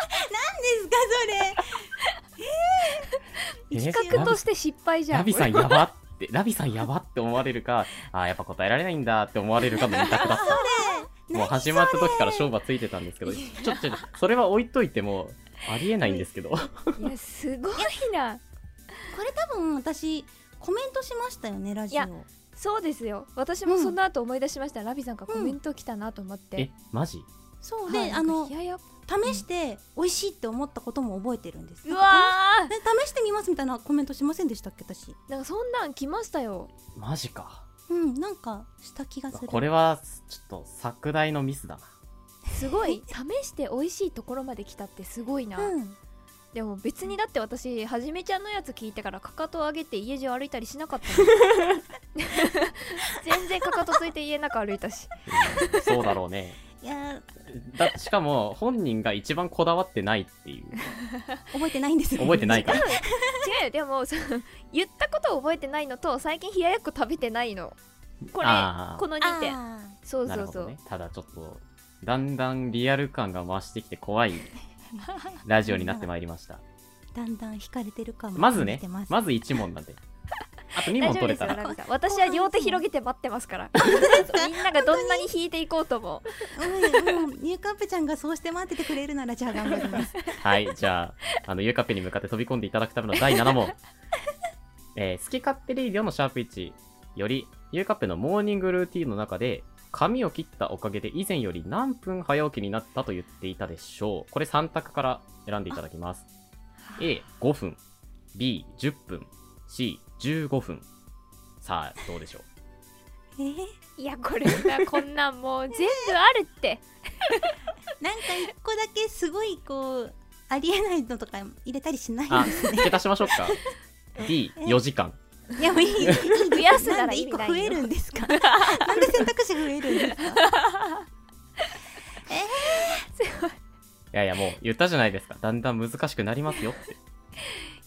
S1: え
S2: 企画として失敗じゃん
S1: ラビさん
S2: これ
S1: やばって、ラビさんやばって思われるか、あーやっぱ答えられないんだって思われるかの二択だっ
S2: [LAUGHS]
S1: た。
S3: それ
S1: もう始まった時から勝負はついてたんですけど、ちょっと、それは置いといても、ありえないんですけど。
S2: いやすごいな
S3: これ多分私コメントしましたよねラジオ
S2: いやそうですよ私もその後思い出しました、ラビさんからコメント来たなと思って、
S1: え、マジ
S3: そう
S2: は
S3: で、
S2: い
S3: あの
S2: いやいや
S3: 試して美味しいって思ったことも覚えてるんです
S2: う
S3: なんか
S2: わ
S3: ね試してみますみたいなコメントしませんでしたっけ私
S2: ーなんかそんなん来ましたよ
S1: マジか。
S3: うんなんかした気がする
S1: これは、ちょっと、作大のミスだな。
S2: すごい試して美味しいところまで来たってすごいな、
S3: うん
S2: でも別にだって私はじめちゃんのやつ聞いてからかかとを上げて家中歩いたりしなかったもん [LAUGHS] 全然かかとついて家の中歩い [LAUGHS] たし
S1: うんそうだろうね。
S3: いや
S1: だしかも本人が一番こだわってないっていう
S3: ー覚えてないんです
S1: 覚えてない
S2: [LAUGHS]
S1: から
S2: 違うよでもその言ったことを覚えてないのと最近冷ややっこ食べてないのこれ
S1: あー
S2: この
S3: あ
S2: 2点
S3: ー
S2: そう
S1: な
S2: そ
S1: る
S2: う
S1: ほ
S2: そ
S1: ど
S2: う、
S1: ねただちょっとだんだんリアル感が増してきて怖いラジオになってまいりました
S3: だんだん惹かれてるかも
S1: まずね
S3: 感じてす
S1: まず1問なんであと2
S2: 大
S1: 問
S2: 丈夫
S1: 取れ
S2: です
S1: た
S2: よ
S1: ら
S2: ラビさん私は両手広げて待ってますから [LAUGHS] みんながどんなに引いていこうとも
S3: うんうんニューカップちゃんがそうして待っててくれるならじゃあ頑張ります。
S1: [LAUGHS] はいじゃああのゆうかっぺに向かって飛び込んでいただくための第7問えー好き勝手レイディオのシャープ1より、ゆうかっぺのモーニングルーティンの中で、髪を切ったおかげで以前より何分早起きになったと言っていたでしょう。これ3択から選んでいただきます。A5 分、B10 分、C15 分。さあ、どうでしょう。
S3: えー、
S2: いやこれさこんなんもう全部あるって
S3: なんか一個だけすごいこうありえないのとか入れたりしない
S1: あ
S3: ん [LAUGHS] です、ね
S1: 付け足しましょうか。D4 時間。
S3: いやもういいいい増
S2: やすなら
S3: 一
S2: 意味
S3: 個
S2: ないよ
S3: 増えるんですかなんで選択肢増えるんですか
S1: いやいや、もう言ったじゃないですか。だんだん難しくなりますよって。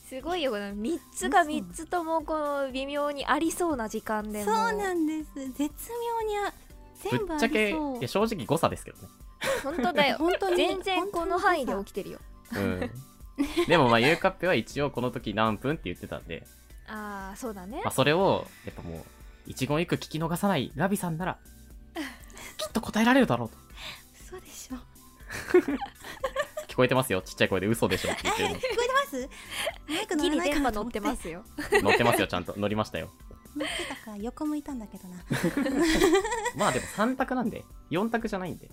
S2: すごいよこの3つが3つともこの微妙にありそうな時間で
S3: そう
S2: も
S3: なんです絶妙にあ
S1: ぶ
S3: 全部
S1: っ
S3: あ
S1: ちゃけ、い
S3: りそう
S1: や正直誤差ですけどね。
S2: 本当だよ
S3: 本当に
S2: 全然この範囲で起
S3: 本
S2: きてるよ
S1: うん。でもまあ、ゆうかっぺは一応この時何分って言ってたんで、
S2: ああそうだね
S1: まあ、それを、やっぱもう、一言一句聞き逃さないラビさんなら、きっと答えられるだろうと。
S3: 当に嘘でしょ
S1: 聞こえてますよ。ちっちゃい声で嘘でしょって言ってる
S3: 聞こ
S1: [LAUGHS]
S3: えてますマイク乗
S2: ギ
S3: ら
S2: リ
S3: ない
S2: 電
S3: か
S2: 波
S3: なと
S2: 乗
S3: 思
S2: っ
S3: っ
S2: て
S3: て乗
S2: ま
S3: っ
S2: すよ
S1: の。乗ってますよ、ちゃんと。乗りましたよ。
S3: てたから横向いたんだけどな
S1: まあでも3択なんで、4択じゃないんで。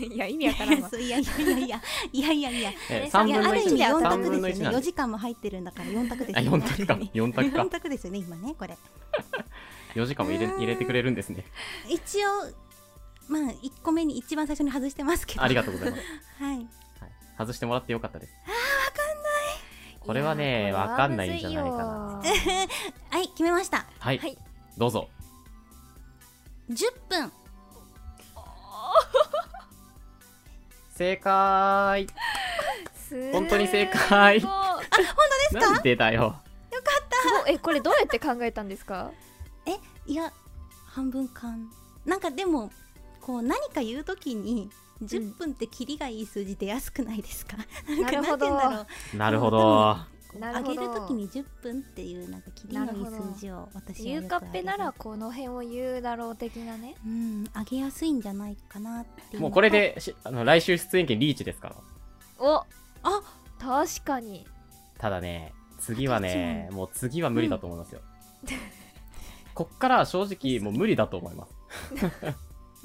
S2: いや意味わからんわ
S3: そういやいやいやいやいやいやいや
S1: え
S2: ね
S1: 3分
S3: いやあ
S1: の
S3: る意
S1: 1
S3: 味
S1: な
S3: 4
S1: んで。3
S3: 択
S1: 分の
S3: です
S1: 1な
S3: よね
S1: ん
S3: 4
S1: で。
S3: 時間も入ってるんだから4択です
S1: あ、
S3: よ
S1: 4択か。4択か
S3: 4。択ですよね今ねこれ
S1: 4時間も入れ入れてくれるんですね。
S3: 一応まあ1個目に一番最初に外してますけど
S1: ありがとうございます。
S3: はい
S1: はい、外してもらってよかったです。これはね
S2: いや
S1: わかんないんじゃないかな
S2: これはむずいよ
S3: はい決めました
S1: はい、
S2: はい
S1: どうぞ。
S3: 10分
S1: 正解
S2: すーごい
S1: 本当に正解
S2: すごい
S1: なんでだよ。
S2: すごいえこれどうやって考えたんですか
S3: いや半分間なんかでもこう何か言うときに10分ってキリがいい数字出やすくないですか、
S2: なるほど
S3: なんかなんて
S1: なるほ
S3: う
S1: ど。
S3: 言うん
S2: な
S3: だ
S2: る
S3: ろう
S2: ほ
S3: 上
S2: ど
S3: げるときに10分っていうなんかキリがいい数字を私は
S2: ゆ
S3: よ
S2: う
S3: く
S2: かっぺな
S3: 上
S2: ら
S3: げる
S2: この辺を言うだろう的なね
S3: うん上げやすいんじゃないかなっていのと
S1: もうこれでしあの来週出演権リーチですから。
S2: お
S3: あ
S2: 確かに
S1: ただね、次は
S3: あ
S1: ね
S3: と、
S1: もう次は無理だと思いますよ。こっから正直もう無理だと思います。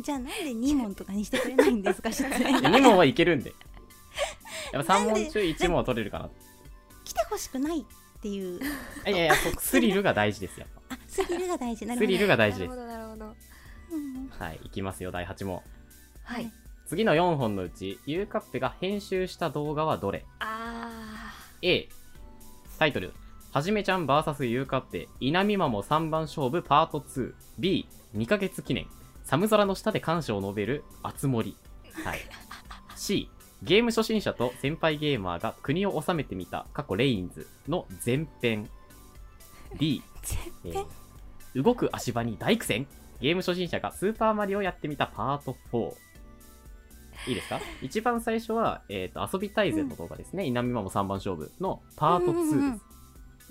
S3: じゃあなんで2問とかにしてくれないんで
S1: [LAUGHS]
S3: すか出演
S1: 2問はいけるんで。やっぱ3問中1問は取れるかな。
S3: 来てほしくないっていう
S1: いやいや、そうスリルが大事ですよ。
S3: あスリルが大事なるほ
S1: ス
S3: ど
S1: リルが大事
S2: な
S1: です
S2: るほ。どなるほど
S3: うん
S1: はい、いきますよ、第8問。
S2: はい
S1: 次の4本のうち、ゆうかっぺが編集した動画はどれ
S2: あ
S1: A タイトル「はじめちゃん VS ゆうかっぺ稲見マモ3番勝負パート 2B2 ヶ月記念寒空の下で感謝を述べる熱盛、はい、C ゲーム初心者と先輩ゲーマーが国を治めてみた過去レインズの前編 D えー動く足場に大苦戦ゲーム初心者がスーパーマリオをやってみたパート4いいですか一番最初は、えー、と遊び大全の動画ですね、稲見マモ3番勝負のパート2です、
S3: うんうんうん
S2: ー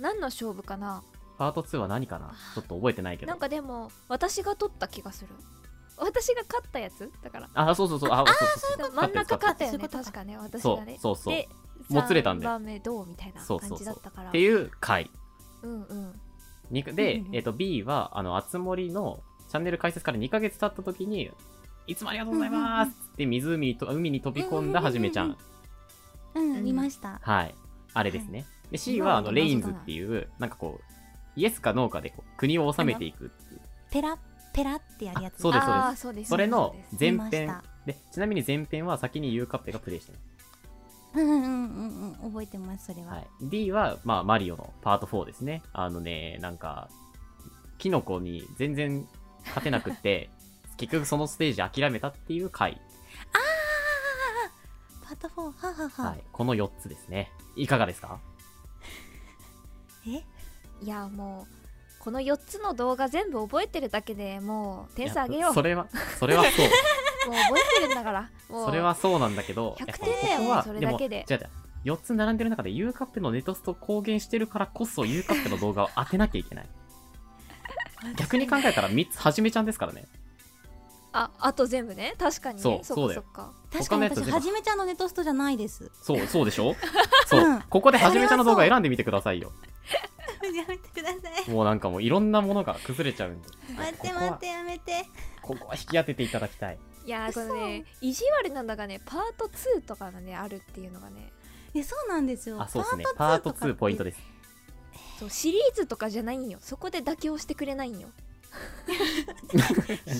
S2: 何の勝負かな
S1: パート2は何かなちょっと覚えてないけど
S2: なんかでも私が取った気がする私が勝ったやつだから
S1: あそうそうそうあそうそうそう
S2: 真ん中勝ったよ
S3: そうい
S2: ね
S3: うことか
S2: 確かね私
S1: そ
S2: が
S1: う
S2: ね
S1: そうそう
S2: で
S1: もつれたんで
S2: 3番目どうみたいな
S1: そう
S2: 感
S1: そう
S2: じ
S1: そ
S2: だ
S1: う
S2: ったから
S1: っていう回
S2: うんうん
S1: にで、
S3: うんうん
S1: えっと B はあの熱森のチャンネル開設から2ヶ月経った時にいつもありがとうございますって湖にと海に飛び込んだはじめちゃん、
S3: うんうんうん、見ました
S1: はいあれですね、で C は
S2: まあ
S1: あの
S2: 謎
S1: レ
S2: だな
S1: インズっていうなんかこうイエスかノーかでこう国を治めていくっていう
S3: ペラペラってやるやつ
S1: あそうです
S2: あーそうです
S1: それの
S2: そうです
S1: 前
S3: 見まし
S1: 編
S3: た
S1: でちなみに前編は先にユーカッペがプレイしてます、
S3: うんうんうんうん覚えてますそれは、
S1: はい、D は、まあ、マリオのパート4ですねあのねなんかキノコに全然勝てなくて結局そのステージ諦めたっていう回、
S3: パート4ははは、
S1: はい、この4つですねいかがですか
S3: え
S2: いやもうこの4つの動画全部覚えてるだけでもう点数上げよ
S1: い
S2: う
S1: やそれはそれはそう
S2: もう覚えてるんだからもう
S1: それはそうなんだけど
S2: 100
S1: やっぱ
S2: 点だよ
S1: ここは
S2: それだけで
S1: も違う違う4つ並んでる中でユーカップのネトスト公言してるからこそユーカップの動画を当てなきゃいけない逆に考えたら3つはじめちゃんですからね
S2: ああと全部ね確かにね
S1: そう
S2: っ
S1: そうだ
S2: かそっ
S1: よ
S2: か
S3: 確か
S1: 他
S3: に
S1: のやつ全
S3: 私
S1: 部
S3: はじめちゃんのネトストじ
S1: [LAUGHS]
S3: ゃないです
S1: そうそうでしょそう、
S3: うん
S1: ここではじめちゃんの動
S3: そ
S1: 画
S3: れはそう
S1: 選んでみてくださいよ
S3: そうやめてください
S1: もうなんかもういろんなものが崩れちゃうんで。
S3: 待っ
S1: こ
S3: て
S1: こは
S3: 待ってやめて
S1: ここは引き当てていただきたい。
S2: いやーこのね意地悪なんだがねパート2とかがねあるっていうのがね
S3: えそうなんですよ
S1: あ、そうですね。パート
S3: 2とかって
S1: 2ポイントです。
S2: そうシリーズとかじゃないんよそこで妥協してくれないんよ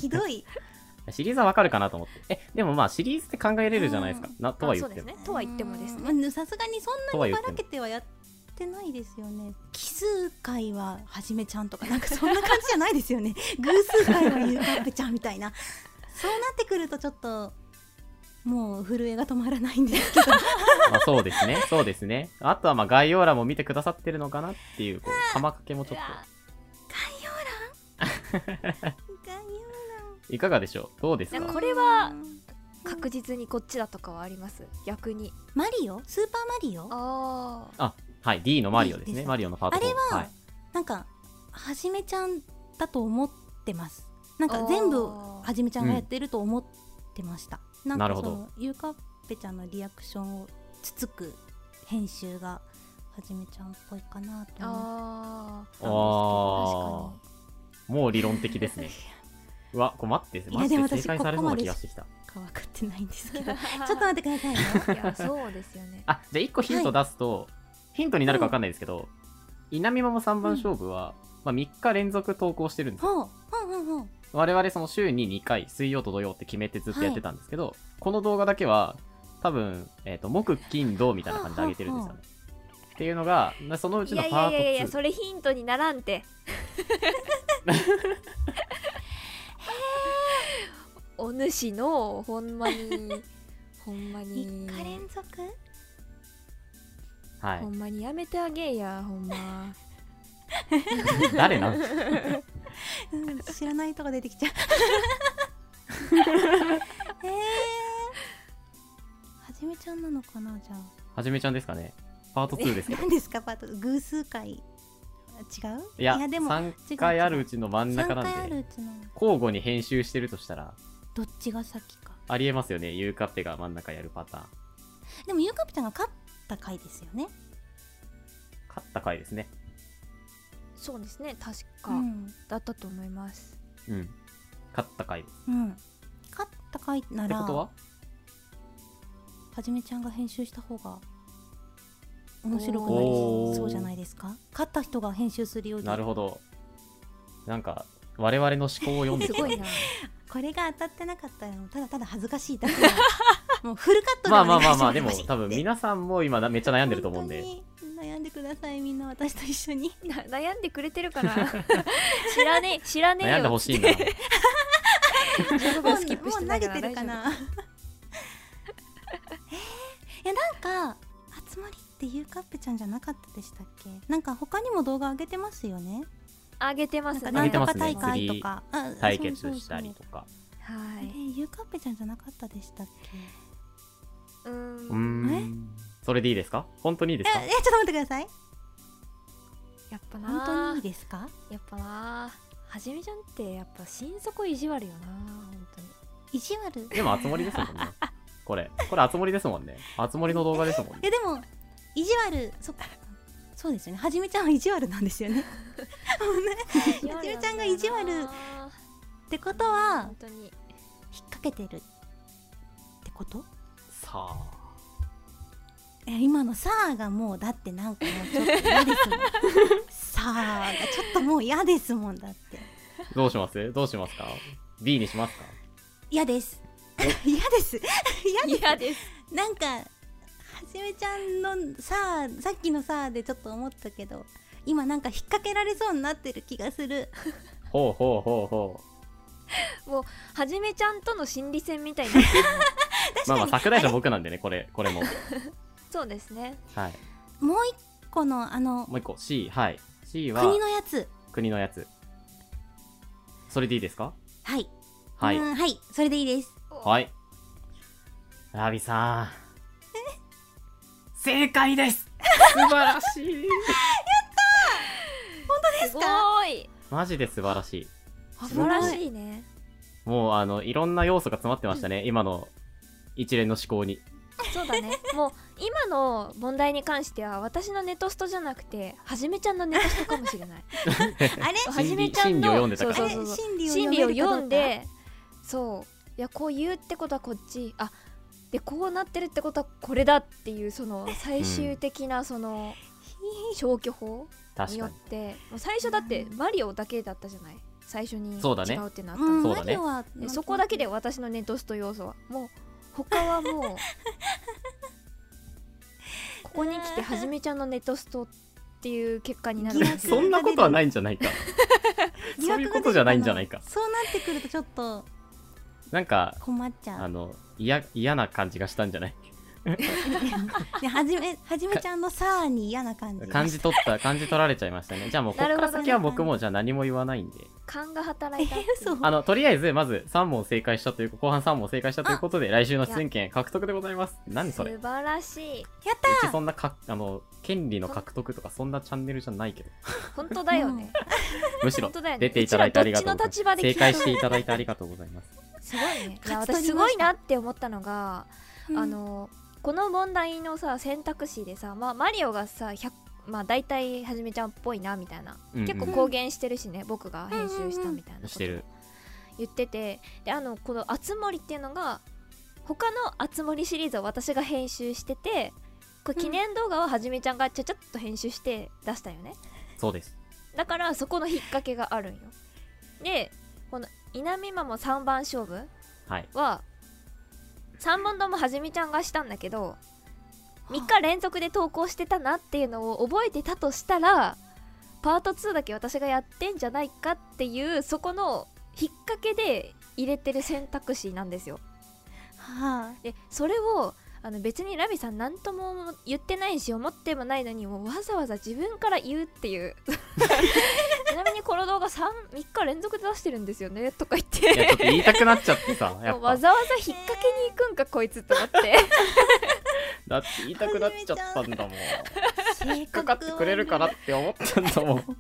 S3: ひどい
S1: シリーズはわかるかなと思って。え、でもまあシリーズって考えれるじゃないですか。な、 [LAUGHS] とは言
S2: あ
S1: っ
S2: そう
S1: て
S2: です
S1: も。
S2: ねとは言ってもですね、
S3: うんまあさすがにそ
S1: と
S3: ん
S1: は
S3: な
S1: 言って
S3: にば
S1: も
S3: らけてはやってないですよね奇数回ははじめちゃんとかなんかそんな感じじゃないですよね [LAUGHS] 偶数回はゆうかっぺちゃんみたいなそうなってくるとちょっともう震えが止まらないんですけど
S1: [LAUGHS] まあそうですね。そうですね。あとはまあ概要欄も見てくださってるのかなっていう、こう、玉掛けもちょっと。いかがでしょうどうです
S2: なん
S1: か
S2: かこれは確実にこっちだとかはあります逆に
S3: マリオスーパーマリオ
S2: ああ
S1: あ、はい。D のマリオです
S3: いい
S1: ね。
S3: です
S1: マリオのパート
S3: あれ
S1: 4。
S3: は、
S1: はい。
S3: なんかはじめちゃんだと思ってますなんか全部
S2: あー
S3: はじめちゃんがやってると思ってました、なん
S1: なる
S3: か
S1: ほ
S3: そ
S1: ど
S3: のゆうかっぺちゃんのリアクションをつつく編集がはじめちゃんっぽいかなと思っ
S2: あ
S3: たんですけど
S1: あーもう理論的
S3: [LAUGHS]
S1: ですね。うわ、これ待って、
S3: や
S1: 待
S3: でも
S1: って、
S3: 私
S1: 正解されそう
S3: ここま
S1: な
S3: で
S1: 気がしてきた。
S3: か分かってないんですけ [LAUGHS] どちょっ
S2: 確かに
S3: と待ってくださいね
S2: いやそうですよね
S1: [LAUGHS] あ、じゃあ1個ヒント出すと、ヒントになるかわかんないですけど、稲見ママ3番勝負は、まあ3日連続投稿してるんですよ。
S3: ほうほうほうほう
S1: 我々その週に2回、水曜と土曜って決めてずっとやってたんですけど、この動画だけは、多分、えっ、と、木、金、土みたいな感じで上げてるんですよね。っていうのが、なそのうち
S2: い
S1: の
S2: やい
S1: パー
S2: や
S1: ト2。
S2: いやいやそれヒントにな
S1: [LAUGHS]
S2: らんてお主のほんまにほんまに
S3: 3日連続
S1: は
S2: ほんまにやめてあげんやほんま
S1: い。 [LAUGHS] 誰なん
S3: うん知らないとこ出てきち
S1: [LAUGHS]
S3: ゃうえー、はじめちゃんなのかなじゃあ
S1: はじめちゃんですかね。パート2ですけど。
S3: 何ですかパート偶数回違う
S1: いや、
S3: でも
S1: 3回あるうちの真ん中
S3: 3回
S1: な
S3: あ
S1: ん
S3: る
S1: で、
S3: うちの
S1: 交互に編集してるとしたら、
S3: どっちが先か
S1: ありえますよね。ゆうかっぺが真ん中やるパターン。
S3: でもゆうかぴちゃんが勝った回ですよね
S1: 勝った回ですね。
S2: そうですね確
S3: う
S2: か、
S3: ん、
S2: だったと思います
S1: うん。勝った回です。
S3: うん、勝った回な
S1: って
S3: ら
S1: ことは
S3: はじめちゃんが編集した方が面白くな
S1: お
S3: り
S1: ー
S3: そうじゃないですか勝った人が編集するより
S1: なるほど。なんか、我々の思考を読んですた
S2: ごいな
S3: これが当たってなかったらただただ恥ずかしいだけ
S1: [LAUGHS]
S3: だもうフルカットで
S1: まあ
S3: お
S1: ま
S3: 願
S1: あ
S3: い
S1: まあ
S3: し
S1: ま
S3: ま
S1: あ、
S3: す
S1: で
S3: [LAUGHS]
S1: も多分皆さんも今なめっちゃ悩んでると思うんで。
S3: 本当に悩んでくださいみんな私と一緒に
S2: な悩んでくれてるから知らねえ知らねえよ
S1: 悩んでほしいな。
S2: 15秒スキップして
S3: もう
S2: た
S3: 投げ
S2: から
S3: てるかな [LAUGHS] えー、いやなんか集まりってゆうかっぺちゃんじゃなかったでしたっけなんか他にも動画上げてますよね
S2: あげてま
S3: な
S2: す
S3: んか
S2: ね
S3: な
S1: 上
S3: ん
S1: げて
S3: と
S1: ま
S3: か
S1: すね
S3: 大会とかあ
S1: 対決したりと [LAUGHS] か。
S2: は
S3: そうそうそうえ
S2: い
S3: ーゆうかっぺちゃんじゃなかったでしたっけ
S2: うーん
S1: うーん。それでいいですか本当にいいです
S3: え
S1: か
S3: えちょっと待ってください
S2: やっぱな
S3: 本当にいいですか
S2: やっぱなはじめちゃんってやっぱ心底意地悪よな本当に
S3: 意地悪い
S1: でも、あつ森ですもんね。これ、これ、あつ森ですもんね。あつ森の動画ですもんね。
S3: やでも意地悪そそうですよねはじめちゃんは意地悪なんですよねもうね
S2: は
S3: はじめちゃん [LAUGHS] が意地悪ってことは
S2: 本当に
S3: 引っ掛けてるってこと
S1: さあ。
S3: え今の「さあ」がもうだってなんかもうちょっと嫌です [LAUGHS] もん「さあ」がちょっともう嫌ですもんだって
S1: どうしますどうしますか ?B にしますか
S3: 嫌です [LAUGHS] 嫌です嫌です
S2: 嫌です
S3: なんかはじめちゃんの「さあ」さっきの「さあ」でちょっと思ったけど今なんか引っ掛けられそうになってる気がする
S1: ほうほうほうほう。
S2: はじめちゃんとの心理戦みたいになってる
S1: まあまあ、桜井さん僕なんでね、これ、これも。
S2: そうですね
S1: はい。
S3: もう一個のあの
S1: もう一個、C。はい。C は
S3: 国のやつ
S1: 国のやつ。それでいいですか
S3: はい
S1: はい。
S3: うんはいそれでい
S1: [LAUGHS]
S3: いです
S1: はい。ラビさん。正解です素晴らしい
S2: すごーい
S1: マジで素晴らしい。
S2: 素晴ら
S3: い
S2: しいね
S1: もう、あの、いろんな要素が詰まってましたね。今の一連の思考に。
S2: そうだねもう今の問題に関しては私のネトストじゃなくてはじめちゃんのネトストかもしれない
S1: [LAUGHS]
S3: あれ
S1: 理
S2: はじめちゃんの
S1: 心理を読んでたから
S2: そうそうそう
S3: 心理を
S2: 心理を読ん
S3: める
S2: でそういやこう言うってことはこっちあでこうなってるってことはこれだっていうその最終的なその消去法
S1: 確
S2: によ
S1: か
S2: っ
S1: に。
S2: てもう最初だってマリオだけだったじゃない最初に違
S1: そうだね
S2: うってな
S3: か
S2: っ
S3: ど
S2: た
S3: うか
S1: そうだね
S2: の
S3: うんマリオは
S2: でそこだけで私のネトスト要素はもう他はもう
S3: [LAUGHS]
S2: ここに来てはじめちゃんのネトストっていう結果になるわけ
S3: 疑
S1: そんなことはないんじゃないか。
S3: 疑
S1: そう
S3: 惑
S1: いう
S3: が
S1: こ
S3: 出てきた
S1: とじゃないんじゃないか。
S3: そうなってくるとちょっと
S1: なんか、
S3: 困っちゃ
S1: あ
S3: う
S1: の、嫌、嫌な感じがしたんじゃない
S3: [LAUGHS] ではじめはじめちゃんのさーに嫌な感じ
S1: 感
S3: [LAUGHS]
S1: じ取った、感じ取られちゃいましたね。じゃあもう、ここか
S2: なる
S1: ら
S2: ほどね
S1: 先は僕もじゃあ何も言わないんで。
S2: 勘が働いたってい
S3: 嘘
S2: う
S1: あの、とりあえず、まず3問正解したという、後半3問正解したということで、来週の出演権獲得でございます。何それ。う
S2: 素晴らしい
S3: やっ
S1: ちそんなか、あの、権利の獲得とか、そんなチャンネルじゃない
S2: [LAUGHS]
S1: けど。
S2: 本当だよ
S1: [LAUGHS]
S2: ね、
S1: むしろ、
S2: 本当だよね
S1: 出ていただいてありがとうございます
S2: うちらどっちの立場で聞
S1: 正解
S2: いたの
S1: していただいてありがとうございます。
S2: すごいねいや
S3: 勝ち取りました
S2: 私すごいなって思ったのが、
S3: た
S2: あのこの問題のさ選択肢でさ、まあ、マリオがさ100まあ大体はじめちゃんっぽいなみたいな、
S1: うんうん
S2: 結構公言してるしね僕が編集したみたいなこ
S1: し
S2: と
S1: てる。
S2: 言っててであのこの「あつ森」っていうのが他の「あつ森」シリーズを私が編集しててこれ記念動画ははじめちゃんがちゃちゃっと編集して出したよね
S1: そうです。
S2: だからそこの引っ掛けがあるんよでこの「稲見マも3番勝負」
S1: はい。
S2: は3本ともはじめちゃんがしたんだけど
S3: あ
S2: 3日連続で投稿してたなっていうのを覚えてたとしたらパート2だけ私がやってんじゃないかっていうそこの引っ掛けで入れてる選択肢なんですよ。
S3: はあ
S2: でそれをあの別にラビさん何とも言ってないし思ってもないのにもうわざわざ自分から言うっ
S1: [LAUGHS]
S2: ていうちなみにこの動画 3, 3日連続で出してるんですよねとか言っ
S1: いや、ちょってと言いたくなっちゃって
S2: [LAUGHS]
S1: さ、や
S2: も
S1: っ
S2: うわ
S1: ぱ。
S2: ざわざ引っ掛けに行くんかこいつと思って。
S1: [LAUGHS] だって言いたくなっちゃったんだもん。
S3: 性
S1: かかってくれるかなって思ったんだも
S2: [LAUGHS]
S1: ん。
S2: こ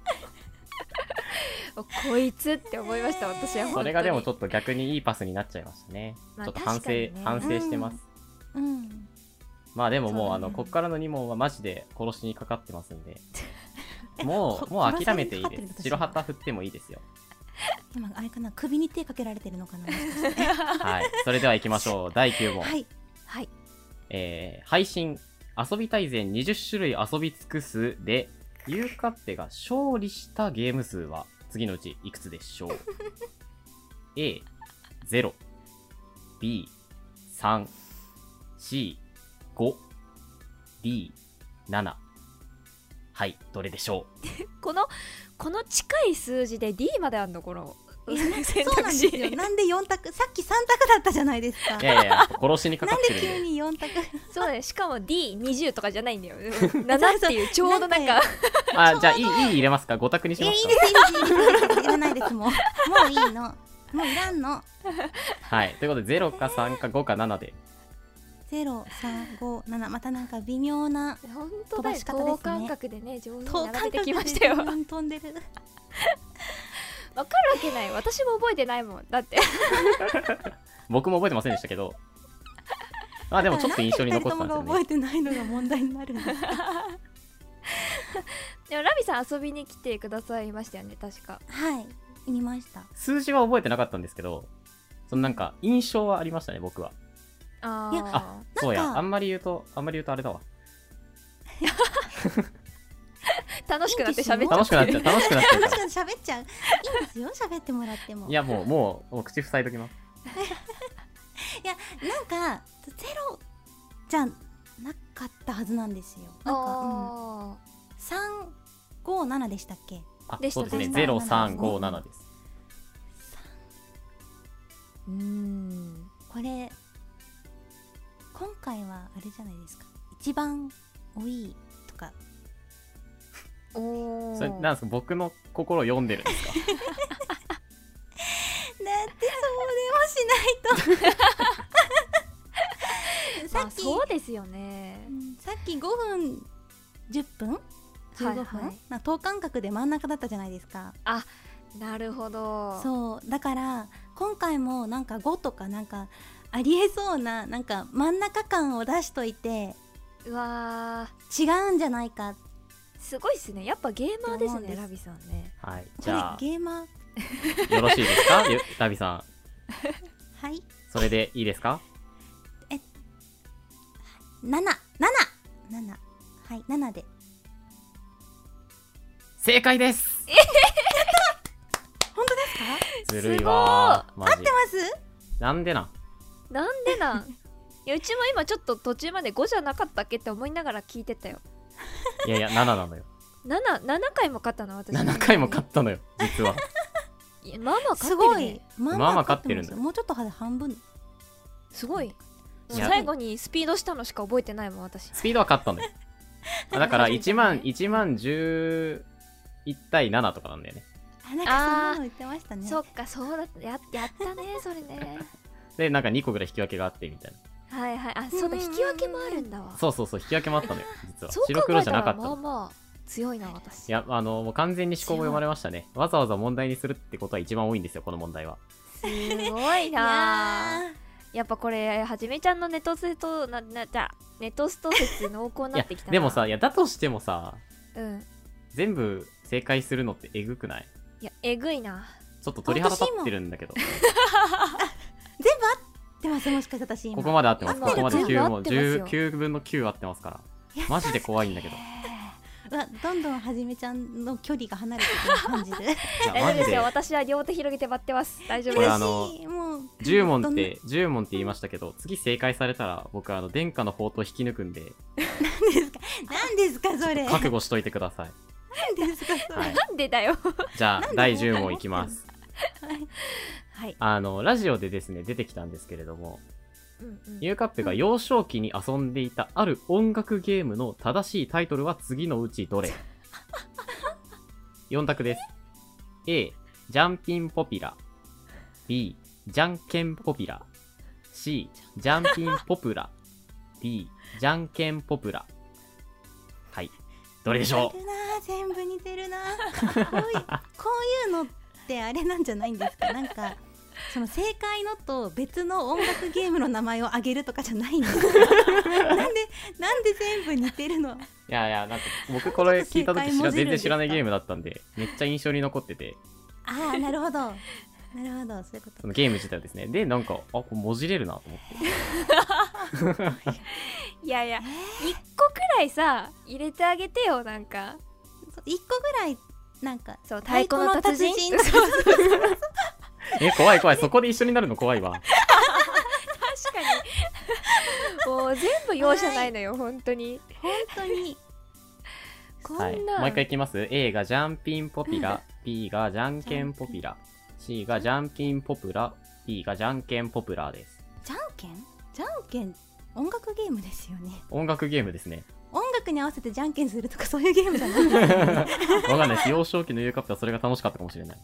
S2: いつって思いました私は本当
S1: そ
S2: に
S1: れがでもちょ
S2: っ
S1: っと逆にいいパスになっちゃいましたね。
S2: まあ
S1: ちょっと反省、
S2: 確かにね
S1: 反省してます。
S3: うん
S1: まあでももう
S2: そう
S1: あ
S2: だね
S1: の、こっからの2問はマジで殺しにかかってます
S2: [LAUGHS]
S1: んで。も
S3: こ
S1: う、もう諦めていい
S3: 殺されに
S1: で
S3: かかってる私
S1: す。白旗振ってもいいですよ。
S3: 今あれかな首に手かけられてるの
S1: [LAUGHS]
S3: かなもしかして
S1: はい。それでは行きましょう。第9問。
S3: はい
S2: はい
S1: えー配信、遊び大全20種類遊び尽くすで、ゆうかっぺが勝利したゲーム数は次のうちいくつでしょう
S3: [LAUGHS]
S1: ?A、0、B、3、C、5、D、7。はい、どれでしょ
S2: このこの近い数字で D まであんのこの
S3: いや
S2: 選
S3: そうな
S2: 択
S3: ん
S2: 肢
S3: ですよなんで4択さっき3択だったじゃないですか
S1: ういやいやいや、殺しにかか
S3: な
S1: っ
S3: ん
S1: て
S3: で
S1: るん
S3: 急
S1: で。
S3: に4択
S2: [LAUGHS] そうだよしかも D20 とかじゃないん
S3: [LAUGHS]
S2: だよ7っていうちょうどなんか
S1: あ、じゃあ、いい、いい入れますか ?5 択にし
S3: えいい
S1: ま
S3: ですす
S1: か
S3: いいですいいですいらないですもうもういいのもういらんの
S1: はい。ということで、0か3か5か7で。
S3: 0357またなんか微妙な
S2: 本当だよ
S3: 飛ばし方ですね
S2: 等間隔でね上手
S3: 等
S2: に並べ
S3: 間
S2: て
S3: 隔
S2: き
S3: で
S2: ましたよわかるわ
S3: [LAUGHS] 飛んでる
S2: けない私も覚えてないもんだって
S1: 僕も覚えてませんでしたけ
S3: [LAUGHS]
S1: ど。まあでもちょっと印象に残ってたん
S3: なん
S1: ですよ
S3: で二人ともが覚
S1: ね。
S3: えてないのが問題になるんだ
S2: でもラビさん遊びに来てくださいましたよね確か
S3: はい見ました
S1: 数字は覚えてなかったんですけど、そのなんか印象はありましたね、僕は。
S2: あ
S3: い
S2: ー
S3: や
S1: あ、そうや。
S3: なんか
S1: あんまり言うと、あんまり言うとあれだわ。
S2: 楽しくなって喋っちゃ
S1: 楽しくな
S2: ってる
S1: っちゃう。楽しくなっちゃうか
S3: 確 [LAUGHS]
S1: ら。
S3: かに喋っちゃういいんですよ喋ってもらっても
S1: いやもう、もう、お口塞いときます。
S3: なんかゼロじゃなかったはずなんですよなんか、うん、
S2: あ
S3: 357でしたっけ
S1: あ、
S2: でした
S1: そうですね。
S2: で
S3: した
S1: 0、3、5、7です。
S2: ーうん
S3: これ今回はあれじゃないですか一番多いとか
S2: おー
S1: それ、なんですか僕の心を読んでるんですか
S3: だってそれもし [LAUGHS] ないとさ
S2: まあ、
S3: っき、
S2: そうですよね
S3: うんさっき5分10分15分、
S2: はいはい
S3: な等間隔で真ん中だったじゃないですか
S2: なるほど
S3: そうだから今回もなんか5とかなんかありえそうななんか真ん中感を出しといて
S2: うわ
S3: 違うんじゃないか
S2: ーすごいっすねやっぱゲーマーです
S3: そうなん
S2: ね
S3: です
S2: ラビさんね
S1: はい。
S3: こ
S1: じ
S3: れ
S1: ゃ
S3: ゲーマー
S1: あ、よろしいですかゆラビさん。
S3: はい
S1: それでいいですか
S3: 7777はい7で
S1: 正解です
S3: 本当ですか
S1: ずるいわー。マジ。
S3: ます
S1: なんでなん
S2: なんで
S3: [LAUGHS]
S2: なんいやうちも今ちょっと途中まで5じゃなかったっけって思いながら聞いてたよ
S1: いやいや、7なのよ。
S2: 7, 7回も勝ったの私
S1: 7回も勝ったのよ、実
S2: [LAUGHS]
S1: は。
S2: いやまあまあ勝
S3: す
S2: ってる
S3: ご
S2: ね
S3: いま
S1: まあまあ勝ってるんだ
S3: 勝もうちょっとで半分
S2: すごい
S1: いや
S2: 最後にスピードしたのしか覚えてないもん私
S1: スピードは勝ったの
S2: [LAUGHS]
S1: よ。あだから、1万、1万11対7とかなんだよね。
S3: あなんかそんなの言ってましたね
S2: そっかそうだったややったねそれね
S1: で、なんか2個ぐらい引き分けがあってみたい
S2: はいはいあそうだ
S3: うんうんうん
S2: 引き分けもあるんだわ
S1: な。そうそうそう、引き分けもあったのよ、実は。
S2: そう
S1: 白
S2: 考
S1: 黒
S2: え
S1: じ
S2: た
S1: ゃなからった
S2: ま
S1: の
S2: あ。まあ強いな私
S1: いや、あの、もう完全に思考を読まれましたね。わざわざ問題にするってことは一番多いんですよ、この問題は。
S2: すごい
S3: いや
S2: なやっぱこれはじめちゃんのネトストななじゃネトスト説濃厚
S1: い
S2: にな
S1: や
S2: ってきた、な
S1: でもさ、いや、だとしてもさ、
S2: うん
S1: 全部正解するのってえぐくない
S2: いやえぐいな
S1: ちょっと鳥肌立ってるんだけど。
S3: ーでもそれもしかして私今
S1: ここまで合ってます。
S2: 今
S1: ここまで
S2: 全部
S1: 9も、
S2: 合ってますよ
S1: 19分の9合ってますから。
S3: や
S1: マジで怖いんだけど。
S3: うわどんどんはじめちゃんの距離が離れてくる感じで
S1: いや
S2: 大丈
S1: マ
S2: 夫
S1: ジ
S2: です
S1: で
S2: よ。私は両手広げて待ってます大丈夫
S1: これ
S2: で
S1: あの
S3: 嬉しいもう
S1: 10問っ
S3: どんな
S1: て、10問って言いましたけど、次正解されたら、僕、あの、殿下の宝刀引き抜くんで、
S3: 何ですかそれ
S1: 覚悟しといてください。
S3: 何ですかそれ、
S1: はい
S2: すなんでだよ
S1: じゃ
S3: な
S1: あ
S3: ん、で
S1: 第10問いきます。
S3: はい
S1: あの、ラジオでですね、出てきたんですけれども、
S2: うんうん
S1: ゆうかっぺが幼少期に遊んでいたある音楽ゲームの正しいタイトルは次のうちどれ ?4 択です。A、ジャンピンポピュラ。B、ジャンケンポピュラ。C、ジャンピンポプラ。D、ジャンケンポプラ。はい。どれでしょ
S3: 似てるな全部似てるなこういうこういうのってあれなんじゃないんですかなんかその正解のと別の音楽ゲームの名前を挙げるとかじゃないんですかなんでなんで全部似てるの
S1: ういやいや、なんか僕これ聞いた時知
S3: 正解
S1: ら
S3: 文字
S1: 全
S3: るん
S1: 然
S3: です
S1: 知
S3: から
S1: ないゲームだったんで、めっちゃ印象に残ってて、
S3: ああなるほどなるほどそういうこ
S1: そのゲーム自体はですね。で、なんか、あ、これもじれるなと思って。
S2: いやいや一個くらいさ入れてあげてよなんか
S3: と一個ぐらいなんか
S2: そう太鼓の達人 [LAUGHS]
S3: 太鼓の達人
S2: そうそうそう
S1: え、怖い怖い。そこで一緒になるの怖いわ。
S2: 確かにもう全部容赦ないのよ本当に
S3: 本当にこんな、
S1: はい。もう一回いきます。A がジャンピンポピラ、B がジャンケンポピラ、C がジャンピンポプラ、D がジャンケンポプラーです。
S3: じゃんけんじゃんけん音楽ゲームですよね
S1: 音楽ゲームですね。
S3: 音楽に合わせてじゃんけんするとかそういうゲームじゃない [LAUGHS] リ
S1: わかんないです。幼少期のユーカップはそれが楽しかったかもしれない。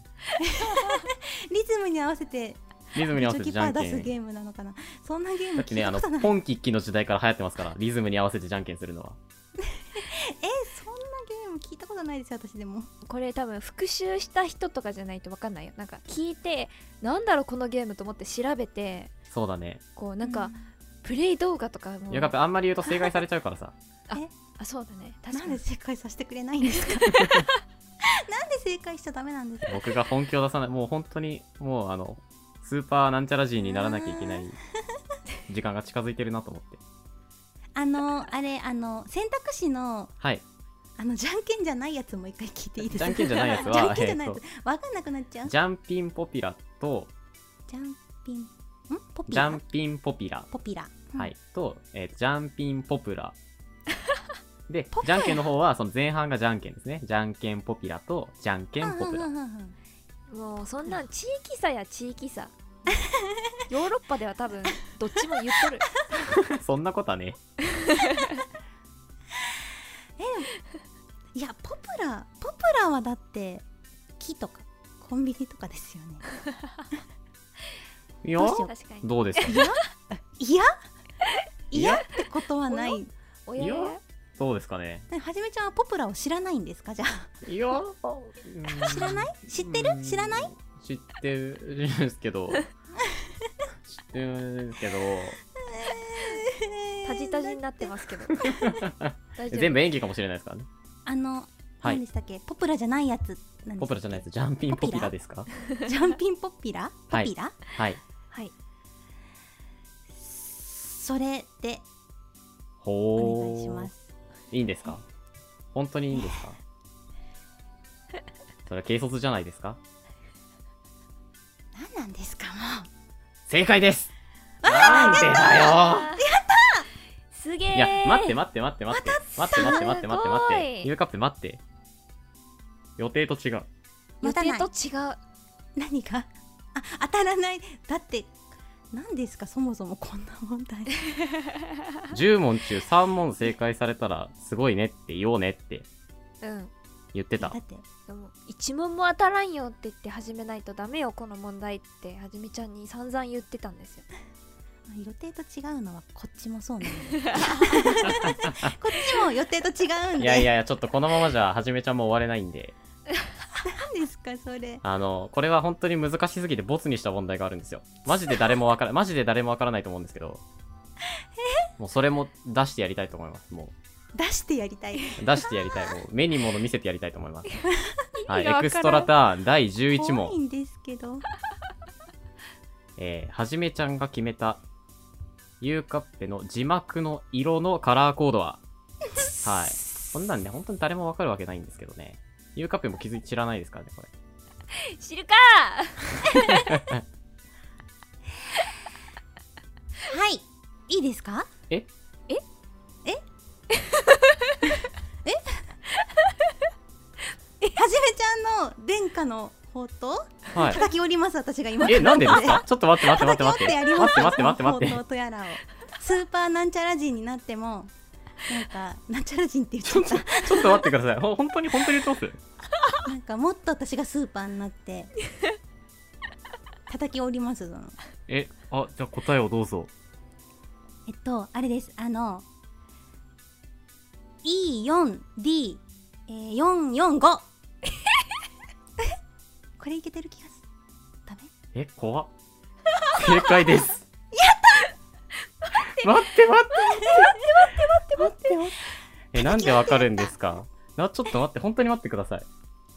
S3: ズムに合わせて
S1: リズムに合わせて
S3: チョキ
S1: じ
S3: パ
S1: ゃ
S3: ー
S1: んけ
S3: 出す
S1: ん。
S3: ゲームなのかなそんなゲーム
S1: さっき
S3: 聞
S1: ね、
S3: い
S1: あ
S3: た
S1: の
S3: ことない、
S1: ポンキッキの時代から流行ってますから、リズムに合わせてじゃんけんするのは。
S3: えそんなゲーム聞いたことないですよ私でも
S2: これ多分復習した人とかじゃないと分かんないよなんか聞いてなんだろうこのゲームと思って調べて
S1: そうだね。
S2: こうなんか、プレイ動画とかも
S1: ユーカップあんまり言うと正解されちゃうからさ。
S2: あそうだね
S3: うん
S2: 確か
S3: なんで
S2: に
S3: 正解させてくれないんですかなんで正解しちゃダメなんですか
S1: 僕が本気を出さない。もう本当に、もうあの、スーパーなんちゃら人にならなきゃいけない時間が近づいてるなと思って。
S3: あのあれあの選択肢の
S1: はい。
S3: あのじゃんけんじゃないやつも一回聞いていいですか
S1: じゃんけんじゃないやつは
S3: じゃんけんじゃないや
S1: え
S3: つわかんなくなっちゃう
S1: ジャンピンポピラと、
S3: ジャンピンんポピ
S1: ジャ
S3: ラ
S1: ンピンポピラ、
S3: ポピラ、うん
S1: はい、と、えージャンピンポプ
S3: [LAUGHS]
S1: ラ。で
S3: ポ、ピ
S1: じ
S3: ラ
S1: ゃんけんの方は、その前半がじゃんけんですね。じゃんけんポピラと、じゃんけんポプ
S3: う
S1: ラ
S3: ん。うんうんうんうん
S2: もうそんなん地域差や地域差 [LAUGHS] ヨーロッパでは多分どっちも言っとる
S1: そんなことはね。
S3: いやポプラポプラはだって木とかコンビニとかですよね
S1: いや
S3: どうしよ
S2: 確かに
S1: どうですか
S3: いや
S1: い
S3: い
S1: や
S3: やってことはない
S2: おやや
S1: いやどうですかね
S3: はじめちゃんはポプラを知らないんですかじゃあ
S1: いや、
S3: 知らない知ってる知らない [LAUGHS]
S1: 知ってるんですけど、知っうーんけど
S2: タジタジになってますけど大丈夫
S1: 全部演技かもしれないですからね
S3: あの、
S1: はい
S3: 何でしたっけポプラじゃないやつなんです
S1: ポピュラじゃないですジャンピンポピュラですか
S3: ジャンピンポピラポピラ、
S1: はい
S2: はい
S3: それでお願い
S1: ほ
S3: し
S1: う
S3: ます
S1: いいんですか本当にいいんです
S2: [LAUGHS]
S1: かそれは軽率じゃないですか
S3: 何なんですかも
S1: 正解ですなんでだよ
S2: すげえ
S1: いや、待って待って待って待って。待って待って待って待って待
S2: す
S1: っ
S2: ご
S1: て。
S2: い
S1: ゆうかっぺ待って。予定と違う。
S3: う
S2: 予
S3: 待た
S2: 定
S3: ない
S2: と違う
S3: 何があ当たらないだって何ですかそもそもこんな問題
S1: 10問中3問正解されたら、すごいねって言おうねって
S2: うん
S1: 言って
S3: だ
S1: た
S3: っ。て
S2: でも一問も当たらんよって言って始めないとダメよこの問題ってはじめちゃんに散々言ってたんですよ
S3: 予定と違うのはこっち
S1: [LAUGHS]
S3: もそうなのよこっちも予定と違うんで
S1: いやいやいや、ちょっとこのままじゃはじめちゃんも終われないんで、
S3: 何ですかそれ
S1: あの、これは本当に難しすぎてボツにした問題があるんですよ。マジで誰もわから、マジで誰もわからないと思うんですけど、もうそれも出してやりたいと思います。も
S3: 出してやりたい
S1: う、出してやりたい。もう目に物見せてやりたいと思います。はい、
S2: 意味
S1: エ
S2: がわからん
S1: クストラターン第11
S3: 怖い
S1: 問。
S3: んですけど
S1: えーはじめちゃんが決めた、ゆうかっぺの字幕の色のカラーコードは、はい。こんなんね、本当に誰もわかるわけないんですけどね。ゆうかっぺも気づい知らないですからね、これ。
S2: 知るか [LAUGHS]
S3: はいいいですか
S1: え
S3: [LAUGHS] はじめちゃんの殿下の宝刀
S1: はい。
S3: 叩き折ります私が今
S1: え、なんでです [LAUGHS] かちょっと待って待って待っ
S3: 叩き折
S1: て
S3: ってやり
S1: 待
S3: ます
S1: って。待って待って待って
S3: そ
S1: 待
S3: の
S1: っ
S3: 宝刀とやらをスーパーなんちゃら人になってもなんかなんちゃら人って言っちゃった
S1: て。ちょっと待ってください。ほ本当に本当に言ってます
S3: なんかもっと私がスーパーになって叩き折りますその
S1: え、あ、じゃあ答えをどうぞ。
S3: えっとあれですあの E4D44、えー445 [LAUGHS] これいけてる気がするダメ
S1: え、怖っ。正解です。やった待って待って待って待って待ってえ、なんでわかるんですかな、ちょっと待って、本当に待ってください。
S3: こ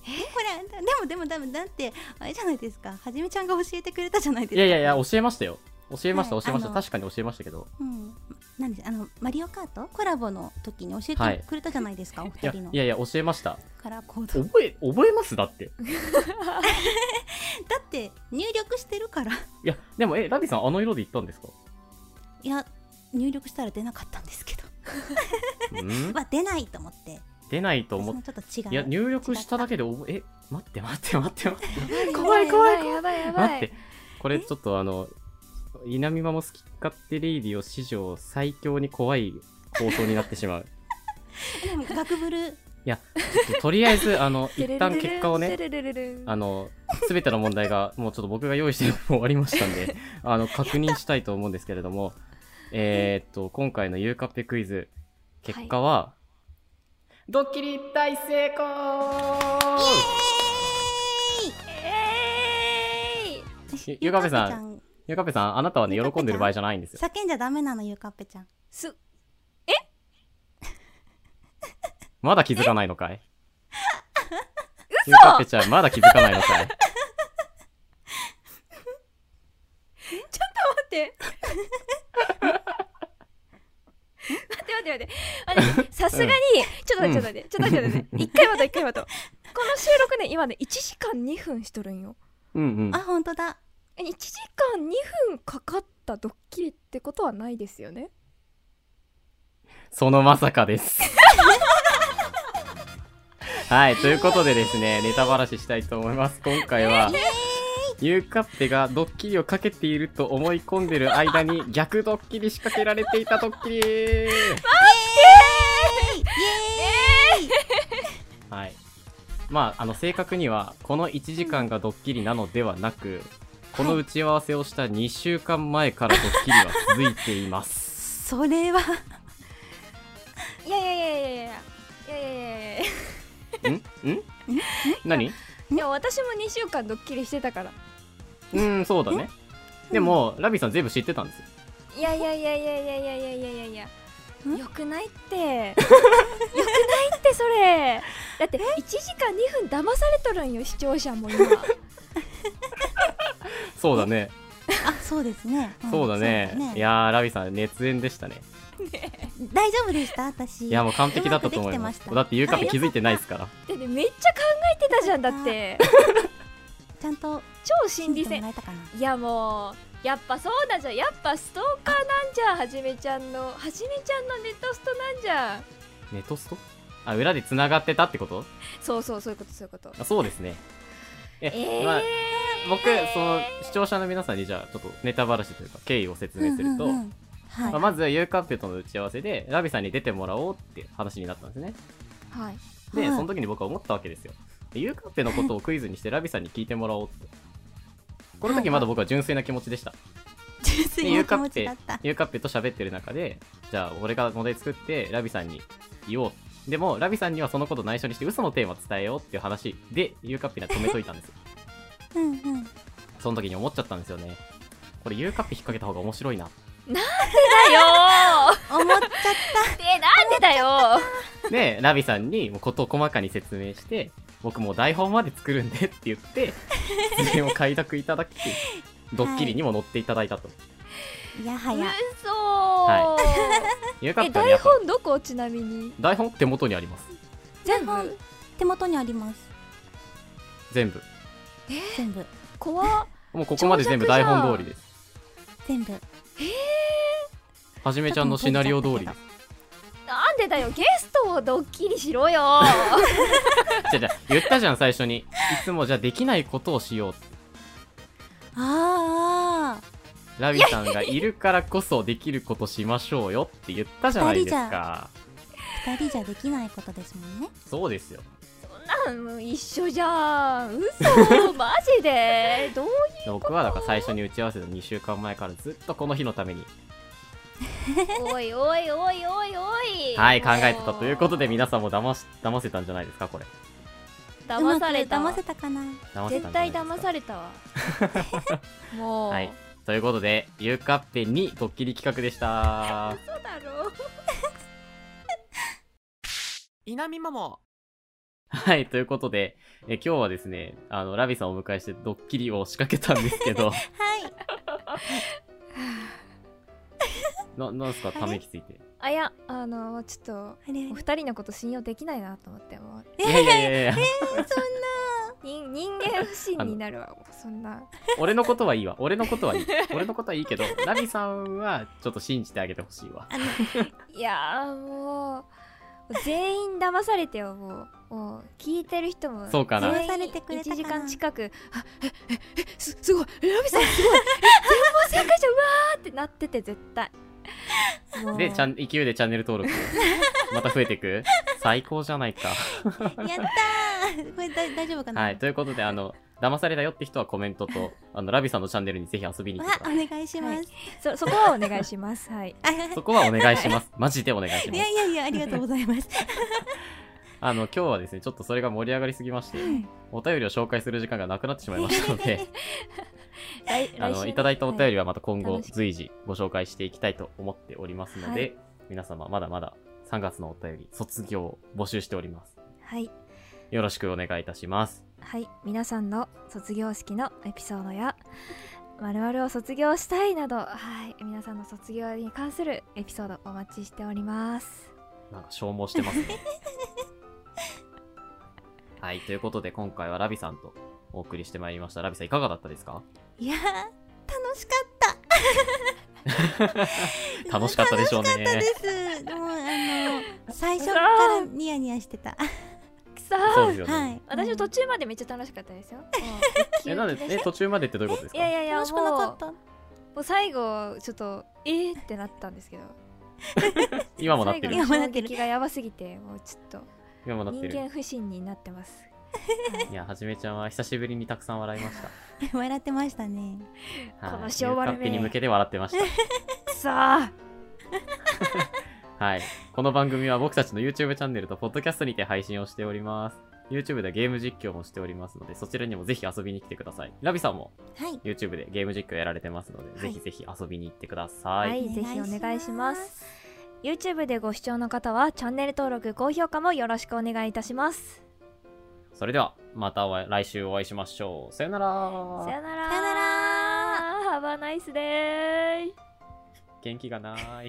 S3: れでもでもでもだってあれじゃないですかはじめちゃんが教えてくれたじゃないですか
S1: いやいやいや、教えましたよ。教えました、
S3: はい
S1: 教えまし
S3: あ
S1: た。
S3: の
S1: 確かに教えましたけど。
S3: うん、なんですあのマリオカートコラボの時に教
S1: は
S3: え
S1: い
S3: てくれたじゃないですか、お
S1: い
S3: 二
S1: や、
S3: 人の
S1: いやいや、教えました。
S3: カラーコードだ
S1: 覚え、覚えますだって。
S3: って入力してるから
S1: いや、でも、え、ラビさん、あの色で言ったん [LAUGHS] ですか
S3: いや入力したら出なかったんですけど
S1: うん
S3: まあ出ないと思って
S1: 出ないと
S3: 私
S1: 思っ
S3: もちょっと違う
S1: いや、入力しただけで覚え、え、待って待って待って待って。
S2: 怖い怖い怖いやばいやばい
S1: 待って、これちょっとあの、稲見まも好き勝手レイディオ史上最強に怖い放送になってしまう。 [LAUGHS]
S3: でもガクブル
S1: いや、ちょっととりあえず、あ [LAUGHS] の、一旦結果をね、
S2: ルルルルン
S1: あの、すべての問題が、もうちょっと僕が用意してるのも終わりましたん [LAUGHS] で、あの、確認したいと思うんですけれども、えーっと、今回のゆうかっぺクイズ、結果は、ドッキリ大成功
S2: えーい
S1: ゆゆかぺさん
S3: ゆかん
S1: ゆうかっぺさん、あなたはね、
S3: ゆうかっぺ
S1: 喜んでる場合じゃないんですよ。
S3: 叫んじゃダメなのゆかっぺちゃん
S2: す
S1: まだ気づかないのかいゆうかっぺちゃん、まだ気づかないのかい
S2: 待って。 [LAUGHS] 待って待って待って。待ってさすがに、ちょっと待ってちょっと待って、ちょっと待ってちょっと待ってね。一回待とう一回待とう。この収録ね、今ね、1時間2分しとるんよ。
S1: うんうん
S3: あ。本当だ
S2: え1時間2分かかったドッキリってことはないですよね。
S1: そのまさかです。 [LAUGHS] はい、ということでですね、ネタばらししたいと思います。今回は、ゆうかっぺがドッキリをかけていると思い込んでる間に逆ドッキリ仕掛けられていたドッキリはい。まあ、あの、正確には、この1時間がドッキリなのではなく、この打ち合わせをした2週間前からドッキリは続いています。
S3: それは
S2: いやいやいやいやいやいやいやいやいやいや
S1: んん何
S2: でも私も2週間ドッキリしてたから。
S1: うん、そうだね。でも、ラビさん全部知ってたんですよ。
S2: いやいやいやいやいやいやいやいやいやいや
S3: ん
S2: よくないって
S1: [LAUGHS]
S2: よくないってそれだって1時間2分騙されとるんよ視聴者も今
S1: そうだね。
S3: あそうですね、
S1: [LAUGHS]
S3: ん
S1: そうだね。いやー、ラビさん、熱演でしたね。
S3: 大丈夫でした私
S1: いや、もう完璧だったと思います
S3: うまくできてまし。た
S1: だって、ゆうかっぺ気づいてないです
S3: [LAUGHS]
S1: から。
S2: だってめっちゃ考えてたじゃんだって
S3: ちゃんと
S2: 超心理
S3: ヒ
S2: 戦
S3: ントもらえたかない
S2: やもうやっぱそうだじゃんやっぱストーカーなんじゃんはじめちゃんのはじめちゃんのネットストなんじゃん
S1: ネトストあ、裏で繋がってたってこと
S2: そうそうそういうことそういうこと
S1: あそうですね。え、
S2: えー、
S1: まあ、僕、その、視聴者の皆さんに、じゃあ、ちょっとネタばらしというか、経緯を説明すると、
S3: うんうんうんはい
S1: まあ、まずはゆうかっぺとの打ち合わせで、ラビさんに出てもらおうって話になったんですね。
S2: はい
S1: で、
S3: はい
S1: その時に僕は思ったわけですよ。でゆうかっぺのことをクイズにして、ラビさんに聞いてもらおうって。この時まだ僕は純粋な気持ちでした。
S3: 純粋
S1: で、
S3: な
S1: ゆ
S3: お
S1: うか
S3: 気
S1: っ
S3: 持ち
S1: ぺ
S3: だった、
S1: ゆうかっぺと喋ってる中で、じゃあ俺が問題作って、ラビさんに言おう。でも、ラビさんにはそのこと内緒にして、嘘のテーマ伝えようっていう話で、ゆうかっぺには止めといたん
S3: [LAUGHS]
S1: ですよ。
S3: うんうん
S1: その時に思っちゃったんですよね。これ、ゆうかっぺ引っ掛けた方が面白いな。
S2: だよ
S3: 思っちゃっ
S2: ー [LAUGHS] でなんでだよー
S1: で、ラビさんにもうことを細かに説明して、僕もう台本まで作るんでって言って、出演を快諾いただき、ドッキリにも乗っていただいたと。
S3: たやはや
S2: 嘘ー、
S1: ゆうかっ
S2: え
S1: ぺはや
S2: 台
S1: っぱ
S2: 本どこちなみに
S1: 台本手元にあります。
S2: 全部
S3: 台本手元にあります
S1: 全部。
S3: 全部
S2: 怖っ
S1: もうここまで全部台本通りです。
S3: 全部
S1: はじめちゃんのシナリオ通りです。
S2: なんでだよゲストをドッキリしろよ
S1: じゃじゃ言ったじゃん最初にいつもじゃあできないことをしようって
S3: あー
S1: ラビさんがいるからこそできることしましょうよって言ったじゃないですか
S3: あー二人じゃできないことですもんね
S1: そうですよ
S2: そんなんもう一緒じゃん嘘マジでどういう
S1: 僕はだから最初に打ち合わせの2週間前からずっとこの日のために
S2: おいおいおいおいおい
S1: はい考えてたということで皆さんも騙し騙せたんじゃないですかこれ
S3: うま
S2: 騙
S3: く
S2: されたわ
S3: 騙せたかな
S1: 騙せたんじ
S2: 絶
S1: ゃな
S2: 対
S1: いですか
S2: 騙さ
S1: [LAUGHS]
S2: れたわもう、
S1: はいということでゆうかっぺにドッキリ企画でした
S2: 嘘だろ
S4: [LAUGHS] 稲見ママ
S1: はいということでえ今日はですねあのラビさんをお迎えしてドッキリを仕掛けたんですけ
S2: [LAUGHS]
S1: ど
S3: はい
S1: ななんですかため息ついて
S2: あいやあのちょっと
S3: あれ
S2: お二人のこと信用できないなと思ってもう
S1: いやいやいやいや
S2: 人人間不信になるわもうそんな
S1: [LAUGHS] 俺のことはいいわ俺のことはいい俺のことはいいけどラビさんはちょっと信じてあげてほしいわ
S3: あの
S2: いやーもう全員騙されてよもうもう聞いてる人も
S1: そうかな
S2: 全員
S3: 騙されてくれたか
S2: 1
S3: な
S2: 時間近くあえええすすごいえラビさんすごいえ全問正解じゃんうわーってなってて絶対
S3: もう
S1: でちゃん勢いでチャンネル登録また増えていく最高じゃないか
S3: やったーこれだ大丈夫かな
S1: はいということであの騙されたよって人はコメント
S3: [LAUGHS]
S1: とあのラビさんのチャンネルにぜひ遊びに来
S3: わ
S1: てくだ
S3: お
S1: さい
S3: 願いします、
S2: そそこはお願いしますはい
S3: あはい
S1: そこはお願いし
S3: [LAUGHS]
S1: ますマジでお願いし
S3: い
S1: ます
S3: やいやいやありがとうございます
S1: あの今日はですねちょっとそれが盛り上がりすぎましてお便りを紹介する時間がなくなってしまいましたの
S3: [LAUGHS]
S1: であ
S2: 来来週
S1: の
S2: ね
S1: いただいたお便りはまた今後
S2: はい
S1: 随時ご紹介していきたいと思っておりますので、
S3: はい
S1: 皆様まだまだ3月のお便り卒業を募集しております
S2: はい
S1: よろしくお願いいたします
S2: はい皆さんの卒業式のエピソードや〇〇を卒業したいなどはい皆さんの卒業に関するエピソードお待ちしております
S1: なんか消耗してますね [LAUGHS] はいということで今回はラビさんとお送りしてまいりましたラビさんいかがだったですか
S3: いやー楽しかった
S1: 楽しかったでしょうね
S3: です。でもあの最初からニヤニヤしてた。
S2: くそー
S1: そうですよね、
S3: はい。
S2: 私も途
S3: 中
S2: 中までめっちゃ楽しかったですよ。もうウキ
S1: え
S2: ウ
S1: なんで
S2: キ
S1: え
S2: でした
S1: 途中までってどういうことです
S2: い
S1: か
S2: やいやいや、
S3: 楽しくなかっ
S2: も
S3: た。いう
S2: もう最後、ちょっと、えーってなったんですけど、
S1: 今もなってる
S2: 最後
S3: 今も
S2: の
S3: なっ
S2: 衝
S3: てる
S2: 撃がやばすぎて、もうちょっ
S1: 今も
S2: と
S1: なっ
S2: 人
S1: てる
S2: 間不信になってます。
S1: いやはじめちゃんは久しぶりにたくさん笑いました
S3: 笑ってましたね。
S1: はい
S2: この性
S1: ゆう
S2: 悪め
S1: かっぺに向けて笑ってました
S2: くそー
S1: はい。この番組は僕たちの YouTube チャンネルと Podcast にて配信をしております。 YouTube でゲーム実況もしておりますので、そちらにもぜひ遊びに来てください。ラビさんも
S3: はい
S1: YouTube でゲーム実況やられてますので、
S3: はい
S1: ぜひぜひ遊びに行ってください。
S2: はいぜひお願いします YouTube でご視聴の方はチャンネル登録高評価もよろしくお願いいたします
S1: それでは、またお会い来週お会いしましょう。さよなら。
S2: さよなら
S3: さよなら
S2: ハバナイスデイ
S1: 元気がない。